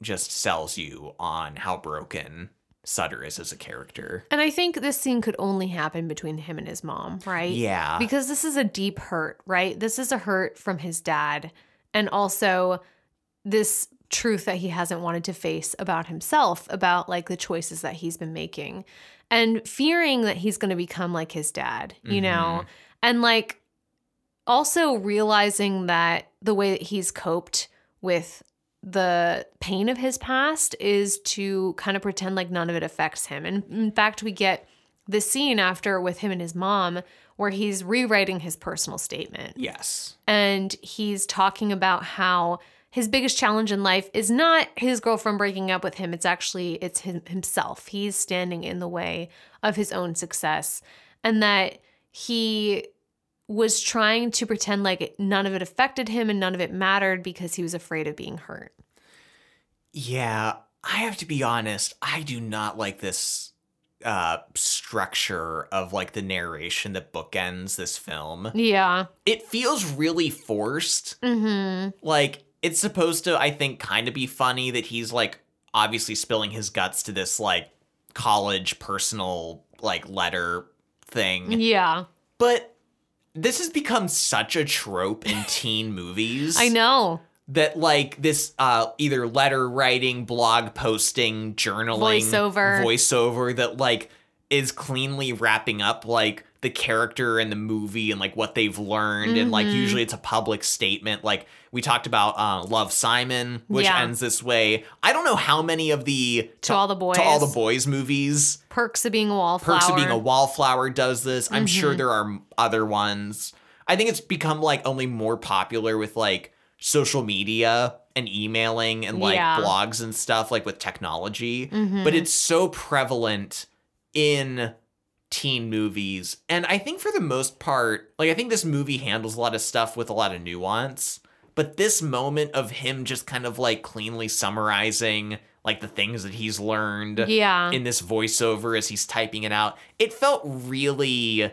just sells you on how broken Sutter is as a character.
And I think this scene could only happen between him and his mom, right?
Yeah.
Because this is a deep hurt, right? This is a hurt from his dad. And also this truth that he hasn't wanted to face about himself, about like the choices that he's been making and fearing that he's going to become like his dad, you
Mm-hmm.
know? And like also realizing that the way that he's coped with the pain of his past is to kind of pretend like none of it affects him. And in fact, we get the scene after with him and his mom where he's rewriting his personal statement.
Yes.
And he's talking about how his biggest challenge in life is not his girlfriend breaking up with him. It's actually it's him, himself. He's standing in the way of his own success and that he was trying to pretend like none of it affected him and none of it mattered because he was afraid of being hurt.
Yeah. I have to be honest, I do not like this uh structure of like the narration that bookends this film.
Yeah.
It feels really forced.
Mhm.
Like it's supposed to I think kind of be funny that he's like obviously spilling his guts to this like college personal like letter thing.
Yeah.
But this has become such a trope in teen movies.
I know.
That like this uh either letter writing, blog posting, journaling,
Voiceover.
voiceover that like is cleanly wrapping up like the character and the movie and like what they've learned and like
Mhm.
usually it's a public statement like we talked about uh, love simon which
Yeah.
ends this way i don't know how many of the
To all the boys.
to all the boys movies
Perks of being a wallflower.
Perks of Being a Wallflower does this. I'm sure there are m- other ones. I think it's become like only more popular with like social media and emailing and like
Yeah.
blogs and stuff, like with technology.
Mhm.
But it's so prevalent in teen movies. And I think for the most part, like I think this movie handles a lot of stuff with a lot of nuance. But this moment of him just kind of like cleanly summarizing like the things that he's learned
yeah.
in this voiceover as he's typing it out. It felt really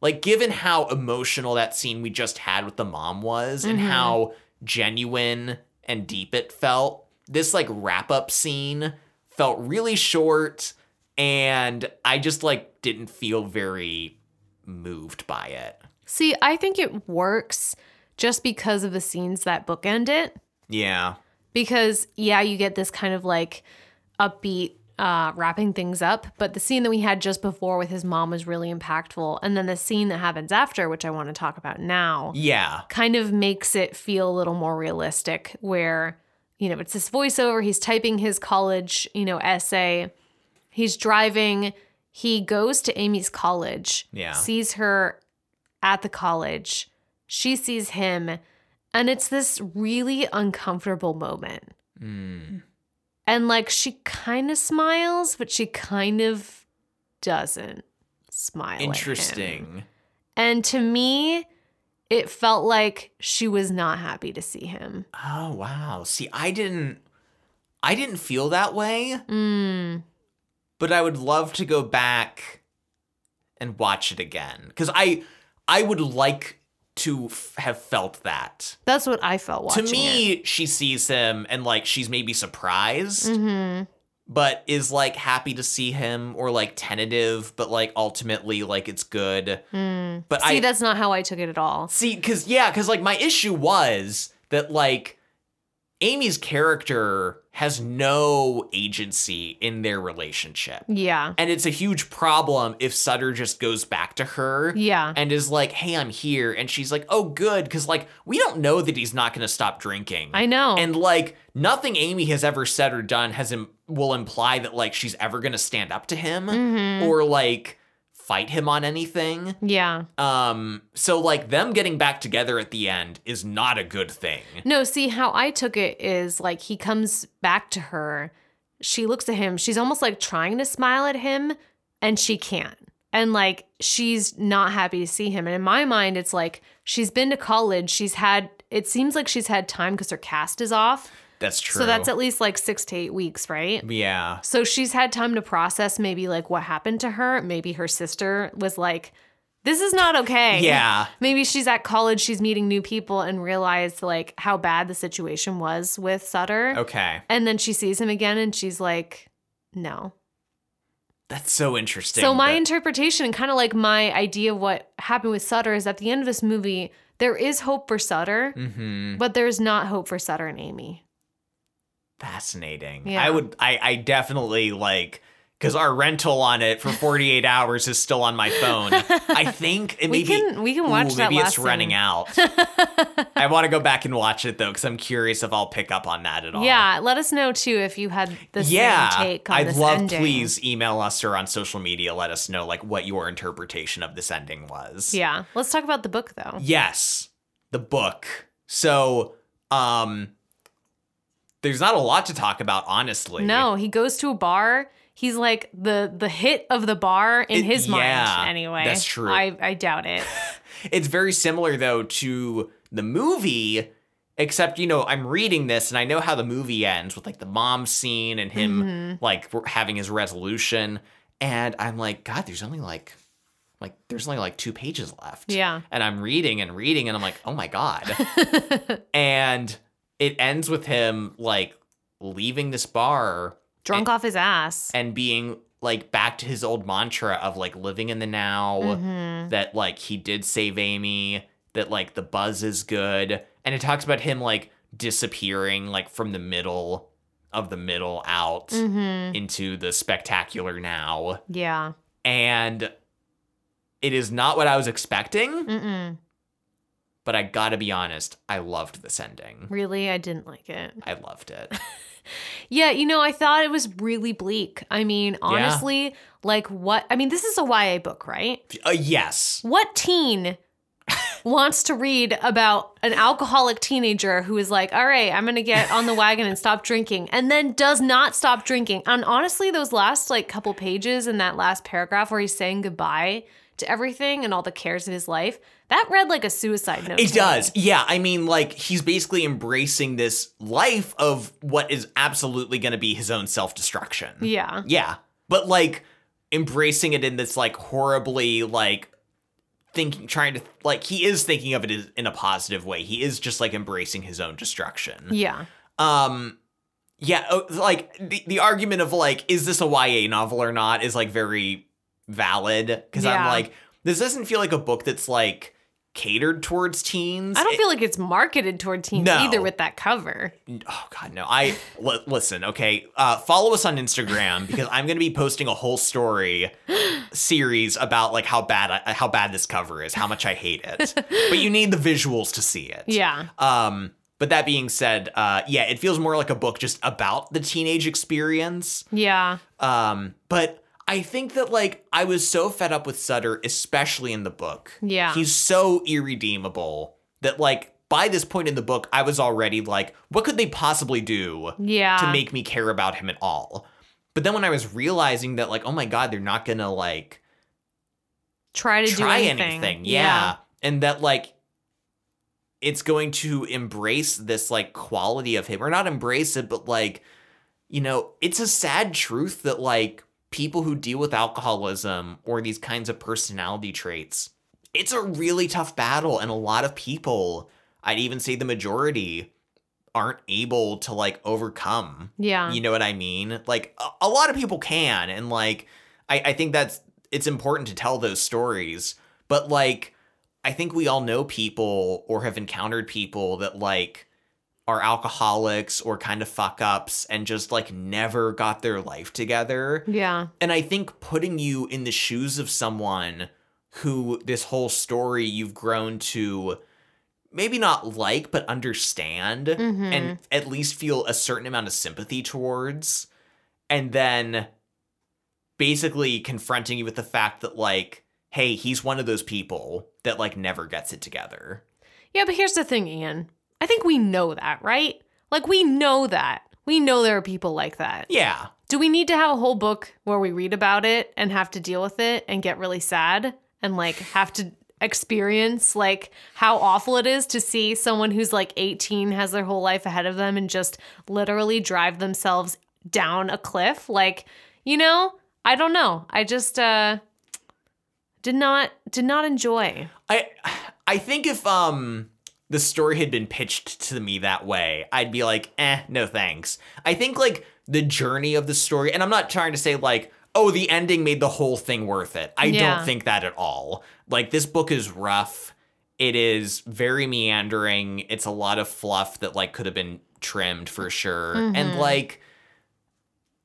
like given how emotional that scene we just had with the mom was and
Mhm.
how genuine and deep it felt. This like wrap up scene felt really short and I just like didn't feel very moved by it.
See, I think it works just because of the scenes that bookend it.
Yeah.
Because, yeah, you get this kind of like upbeat uh, wrapping things up. But the scene that we had just before with his mom was really impactful. And then the scene that happens after, which I want to talk about now,
Yeah.
kind of makes it feel a little more realistic where, you know, it's this voiceover. He's typing his college, you know, essay. He's driving. He goes to Amy's college
Yeah.
sees her at the college. She sees him, and it's this really uncomfortable moment.
Mm.
And like she kind of smiles, but she kind of doesn't smile. at him.
Interesting.
And to me, it felt like she was not happy to see him.
Oh wow. See, I didn't I didn't feel that way.
Mm.
but I would love to go back and watch it again because I I would like to f- have felt that.
That's what I felt watching.
to me, she sees him and like she's maybe surprised,
hmm
but is like happy to see him or like tentative, but like ultimately like it's good. But
Mm. See,
I
that's not how I took it at all.
See, because yeah, because like my issue was that like Amy's character has no agency in their relationship.
Yeah.
And it's a huge problem if Sutter just goes back to her
Yeah.
and is like, hey, I'm here. And she's like, oh, good. Cause like, we don't know that he's not gonna stop drinking.
I know.
And like, nothing Amy has ever said or done has Im- will imply that like she's ever gonna stand up to him
Mhm.
or like fight him on anything.
yeah.
Um, so like them getting back together at the end is not a good thing.
No, see how I took it is like he comes back to her. She looks at him. She's almost like trying to smile at him and she can't. And like she's not happy to see him. And in my mind it's like she's been to college. She's had it seems like she's had time cuz her cast is off.
That's true.
So that's at least like six to eight weeks, right?
Yeah.
So she's had time to process maybe like what happened to her. Maybe her sister was like, this is not okay.
Yeah.
Maybe she's at college, she's meeting new people and realized like how bad the situation was with Sutter.
Okay.
And then she sees him again and she's like, no.
That's so interesting.
So my
that-
interpretation and kind of like my idea of what happened with Sutter is at the end of this movie, there is hope for Sutter,
Mhm.
but there's not hope for Sutter and Amy.
fascinating.
Yeah.
I would I I definitely like because our rental on it for 48 hours is still on my phone. I think it
we
maybe
can we can watch
Ooh,
that
maybe
last
it's running
scene.
out. I want to go back and watch it though, because I'm curious if I'll pick up on that at all.
Yeah, let us know too if you had the
yeah.
same take on
I'd
this
love.
ending.
Please email us or on social media. Let us know like what your interpretation of this ending was.
Yeah, let's talk about the book though.
Yes, the book. So, um, there's not a lot to talk about, honestly.
No, he goes to a bar. He's like the the hit of the bar in
It-
his
yeah,
mind anyway.
that's true.
I I doubt it.
It's very similar though to the movie, except you know I'm reading this and I know how the movie ends with like the mom scene and him
Mm-hmm.
like having his resolution, and I'm like, God, there's only like, like there's only like two pages left.
Yeah.
And I'm reading and reading and I'm like, oh my god. and it ends with him like leaving this bar
Drunk off his ass.
and being like back to his old mantra of like living in the now
Mhm.
that like he did save Amy, that like the buzz is good. And it talks about him like disappearing like from the middle of the middle out
Mhm.
into the spectacular now.
Yeah.
And it is not what I was expecting,
Mm-mm.
but I gotta be honest, I loved this ending.
Really, I didn't like it.
I loved it.
Yeah, you know, I thought it was really bleak. I mean, honestly, like what? I mean, this is a YA book, right?
uh, yes.
What teen wants to read about an alcoholic teenager who is like, all right, I'm going to get on the wagon and stop drinking, and then does not stop drinking? And honestly, those last like couple pages in that last paragraph where he's saying goodbye to everything and all the cares of his life, that read like a suicide note.
It
to me.
does. Yeah. I mean, like, he's basically embracing this life of what is absolutely gonna be his own self destruction.
Yeah.
Yeah. But like embracing it in this like horribly like thinking trying to like he is thinking of it as, in a positive way. He is just like embracing his own destruction.
Yeah.
Um yeah, oh, like the, the argument of like is this a YA novel or not is like very valid cuz I'm
Yeah.
like this doesn't feel like a book that's like catered towards teens.
I don't
It-
feel like it's marketed toward teens
No.
either with that cover.
oh god no i li- listen okay uh follow us on instagram because i'm gonna be posting a whole story series about like how bad I, uh, how bad this cover is how much i hate it but you need the visuals to see it
Yeah.
um but that being said uh yeah it feels more like a book just about the teenage experience
Yeah.
um but i think that like i was so fed up with sutter especially in the book
Yeah.
he's so irredeemable that like by this point in the book i was already like what could they possibly do
yeah.
to make me care about him at all but then when i was realizing that like oh my god they're not gonna like
try to
try
do anything.
anything, Yeah. and that like it's going to embrace this like quality of him or not embrace it but like you know it's a sad truth that like people who deal with alcoholism or these kinds of personality traits it's a really tough battle and a lot of people i'd even say the majority aren't able to like overcome
Yeah.
you know what I mean? Like a, a lot of people can, and like I, I think that's it's important to tell those stories. But like I think we all know people or have encountered people that like are alcoholics or kind of fuck ups and just like never got their life together.
Yeah.
And I think putting you in the shoes of someone who this whole story you've grown to maybe not like but understand
Mhm.
and at least feel a certain amount of sympathy towards and then basically confronting you with the fact that like hey he's one of those people that like never gets it together
Yeah, but here's the thing, Ian. I think we know that, right? Like, we know that. We know there are people like that.
yeah
Do we need to have a whole book where we read about it and have to deal with it and get really sad and like have to experience, like how awful it is to see someone who's like 18 has their whole life ahead of them and just literally drive themselves down a cliff. Like, you know, I don't know. I just uh did not did not enjoy.
I I think if um the story had been pitched to me that way, I'd be like, eh, no thanks. I think like the journey of the story, and I'm not trying to say like, oh, the ending made the whole thing worth it. I
Yeah.
don't think that at all. Like this book is rough. It is very meandering. It's a lot of fluff that like could have been trimmed for sure.
Mhm.
And like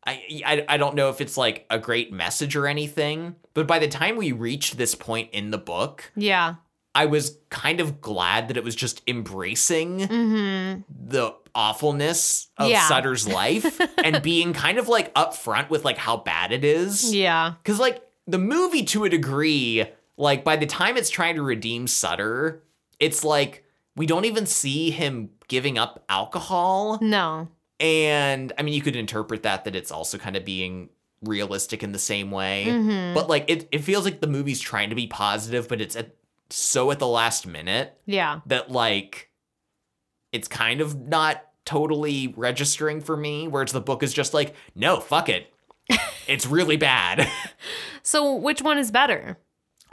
I, I I don't know if it's like a great message or anything, but by the time we reached this point in the book,
Yeah.
I was kind of glad that it was just embracing
Mhm.
the awfulness of
Yeah.
Sutter's life and being kind of like upfront with like how bad it is.
Yeah.
Cause like the movie to a degree, like by the time it's trying to redeem Sutter, it's like we don't even see him giving up alcohol.
No.
And I mean you could interpret that that it's also kind of being realistic in the same way.
Mhm.
But like it, it feels like the movie's trying to be positive, but it's at so at the last minute
Yeah.
that like it's kind of not totally registering for me whereas the book is just like no fuck it it's really bad
So which one is better?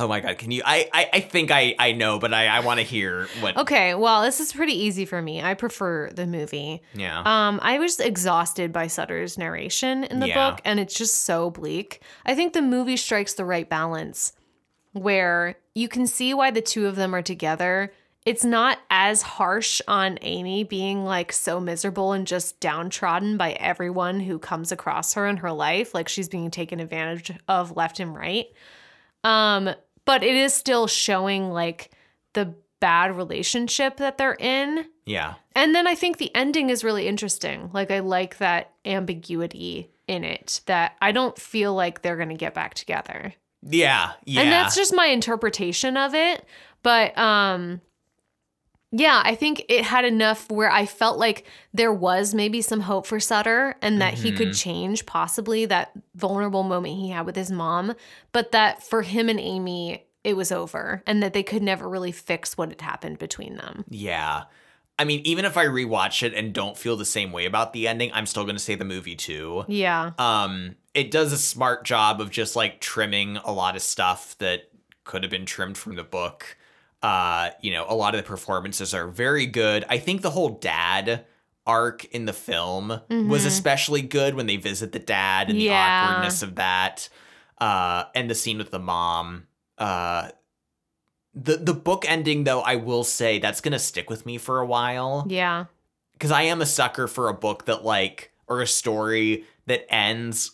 oh my god can you i i, I think i i know but i i want to hear what
Okay, well, this is pretty easy for me. I prefer the movie.
yeah
Um, I was exhausted by Sutter's narration in the
Yeah.
book, and it's just so bleak. I think the movie strikes the right balance where you can see why the two of them are together. It's not as harsh on Amy being like so miserable and just downtrodden by everyone who comes across her in her life, like she's being taken advantage of left and right. Um, but it is still showing like the bad relationship that they're in.
yeah
And then I think the ending is really interesting. Like I like that ambiguity in it that I don't feel like they're going to get back together.
yeah yeah
And that's just my interpretation of it, but um yeah, I think it had enough where I felt like there was maybe some hope for Sutter and that he could change possibly that vulnerable moment he had with his mom, but that for him and Amy it was over and that they could never really fix what had happened between them.
yeah i mean even if i rewatch it and don't feel the same way about the ending i'm still gonna say the movie too
Yeah.
um it does a smart job of just like trimming a lot of stuff that could have been trimmed from the book uh you know a lot of the performances are very good i think the whole dad arc in the film was
Mhm.
especially good when they visit the dad and
Yeah.
the awkwardness of that uh and the scene with the mom uh the the book ending though i will say that's gonna stick with me for a while
Yeah.
because I am a sucker for a book that like or a story that ends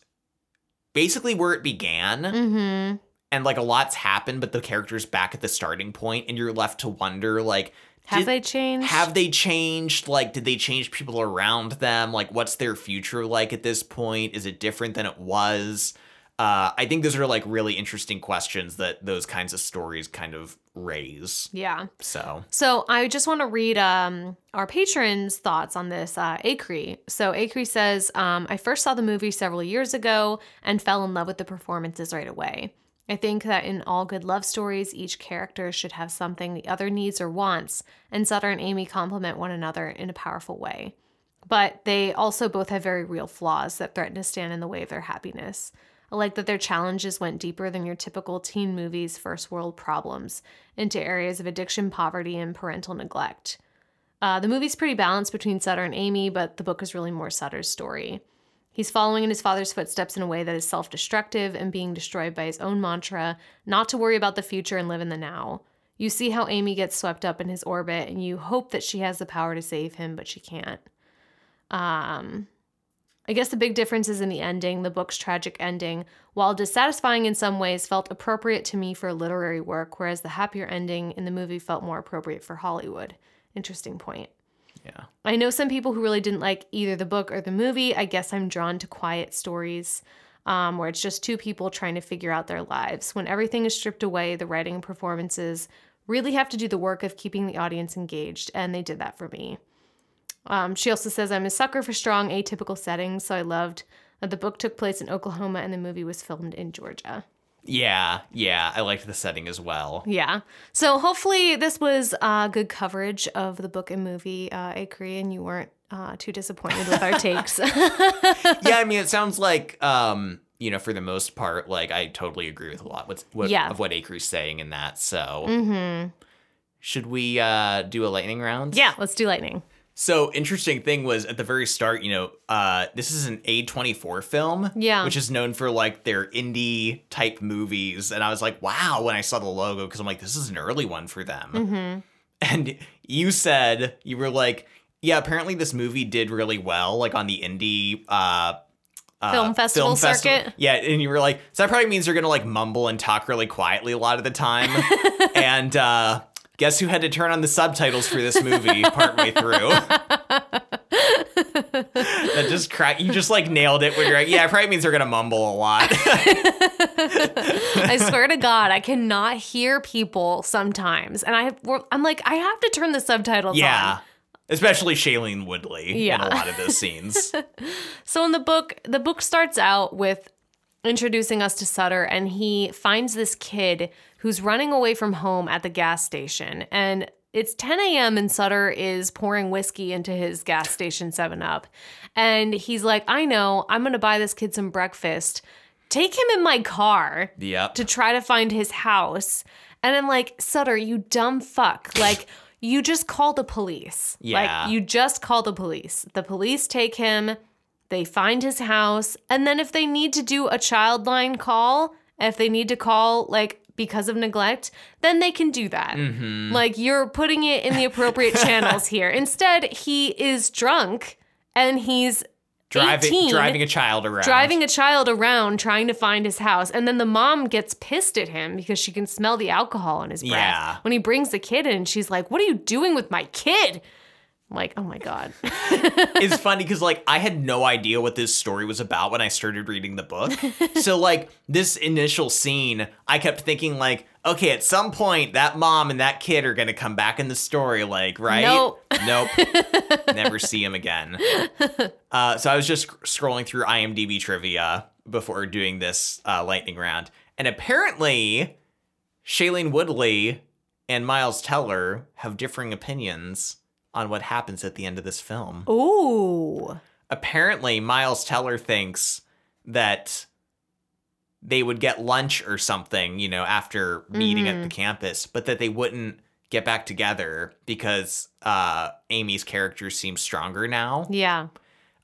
basically where it began
Mm-hmm.
and like a lot's happened but the character's back at the starting point and you're left to wonder like
Have
did-
they changed?
have they changed like did they change people around them like what's their future like at this point is it different than it was uh, I think those are like really interesting questions that those kinds of stories kind of raise.
yeah.
So,
So I just want to read um, our patrons' thoughts on this. Uh, Acree. So Acree says, um, I first saw the movie several years ago and fell in love with the performances right away. I think that in all good love stories, each character should have something the other needs or wants, and Sutter and Amy complement one another in a powerful way. But they also both have very real flaws that threaten to stand in the way of their happiness. I like that their challenges went deeper than your typical teen movie's first world problems into areas of addiction, poverty, and parental neglect. Uh, the movie's pretty balanced between Sutter and Amy, but the book is really more Sutter's story. He's following in his father's footsteps in a way that is self destructive and being destroyed by his own mantra not to worry about the future and live in the now. You see how Amy gets swept up in his orbit, and you hope that she has the power to save him, but she can't. Um, I guess the big difference is in the ending. The book's tragic ending, while dissatisfying in some ways, felt appropriate to me for a literary work, whereas the happier ending in the movie felt more appropriate for Hollywood. Interesting point.
yeah.
I know some people who really didn't like either the book or the movie. I guess I'm drawn to quiet stories um, where it's just two people trying to figure out their lives. When everything is stripped away, the writing and performances really have to do the work of keeping the audience engaged, and they did that for me. Um, she also says, I'm a sucker for strong, atypical settings, so I loved that the book took place in Oklahoma and the movie was filmed in Georgia.
Yeah, yeah, I liked the setting as well.
Yeah. So hopefully this was uh, good coverage of the book and movie, uh, A Korean. You weren't uh, too disappointed with our takes.
yeah, I mean, it sounds like, um, you know, for the most part, like I totally agree with a lot what's, what,
Yeah.
of what Akri's saying in that. So,
hmm
should we uh, do a lightning round?
Yeah, let's do lightning.
So interesting thing was at the very start, you know, uh, this is an A24 film,
Yeah.
which is known for like their indie type movies, and I was like, wow, when I saw the logo, because I'm like, this is an early one for them.
Mm-hmm.
And you said you were like, yeah, apparently this movie did really well, like on the indie uh, uh,
Film festival
festi-
circuit?
Yeah, and you were like, so that probably means they're gonna like mumble and talk really quietly a lot of the time. and uh, guess who had to turn on the subtitles for this movie partway through? that just crack. You just like nailed it when you're like, yeah, it probably means they're gonna mumble a lot.
I swear to God, I cannot hear people sometimes, and I we're- I'm like I have to turn the subtitles on.
yeah. Especially Shailene Woodley
Yeah.
in a lot of those scenes.
So in the book, the book starts out with introducing us to Sutter, and he finds this kid who's running away from home at the gas station, and it's 10 a.m. and Sutter is pouring whiskey into his gas station 7 Up. And he's like, I know, I'm gonna buy this kid some breakfast. Take him in my car
yep.
to try to find his house. And I'm like, Sutter, you dumb fuck. Like, you just call the police.
Yeah.
Like, you just call the police. The police take him, they find his house. And then if they need to do a child line call, if they need to call, like, because of neglect, then they can do that.
Mm-hmm.
Like, you're putting it in the appropriate channels here. Instead, he is drunk and he's
driving
18
driving a child around.
driving a child around trying to find his house and then the mom gets pissed at him because she can smell the alcohol on his breath
Yeah.
when he brings the kid in she's like what are you doing with my kid I'm like oh my god
It's funny because like I had no idea what this story was about when I started reading the book. so like this initial scene, I kept thinking like, okay, at some point that mom and that kid are gonna come back in the story, like right?
Nope.
Nope. Never see him again. Uh, so I was just sc- scrolling through IMDb trivia before doing this uh, lightning round, and apparently, Shailene Woodley and Miles Teller have differing opinions on what happens at the end of this film
ooh
apparently Miles Teller thinks that they would get lunch or something, you know, after meeting at the campus, but that they wouldn't get back together because uh, Amy's character seems stronger now.
yeah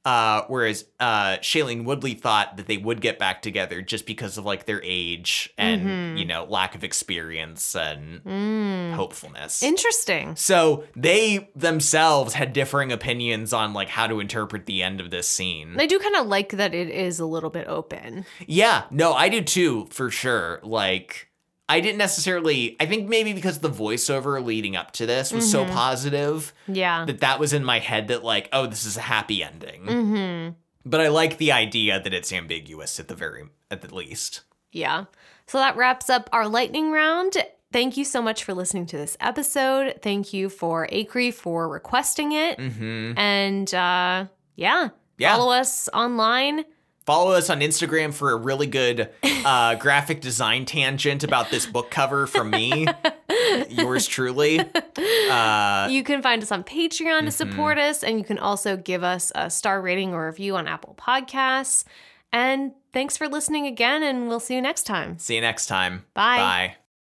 Uh, whereas uh, Shailene Woodley thought that they would get back together just because of like their age and,
Mhm.
you know, lack of experience and
mm.
hopefulness.
interesting
so they themselves had differing opinions on like how to interpret the end of this scene.
i do kind of like that it is a little bit open
Yeah, no, I do too, for sure. Like, I didn't necessarily. I think maybe because the voiceover leading up to this was so
Mhm.
positive
yeah
that that was in my head that like, oh, this is a happy ending.
mm-hmm
But I like the idea that it's ambiguous at the very at the least.
Yeah. So that wraps up our lightning round. Thank you so much for listening to this episode. Thank you for Acre for requesting it.
Mm-hmm.
And uh, yeah,
Yeah.
follow us online.
Follow us on Instagram for a really good uh, graphic design tangent about this book cover from me, yours truly. Uh, mm-hmm.
You can find us on Patreon to support us, and you can also give us a star rating or review on Apple Podcasts. And thanks for listening again, and we'll see you next time.
see you next time.
Bye.
Bye.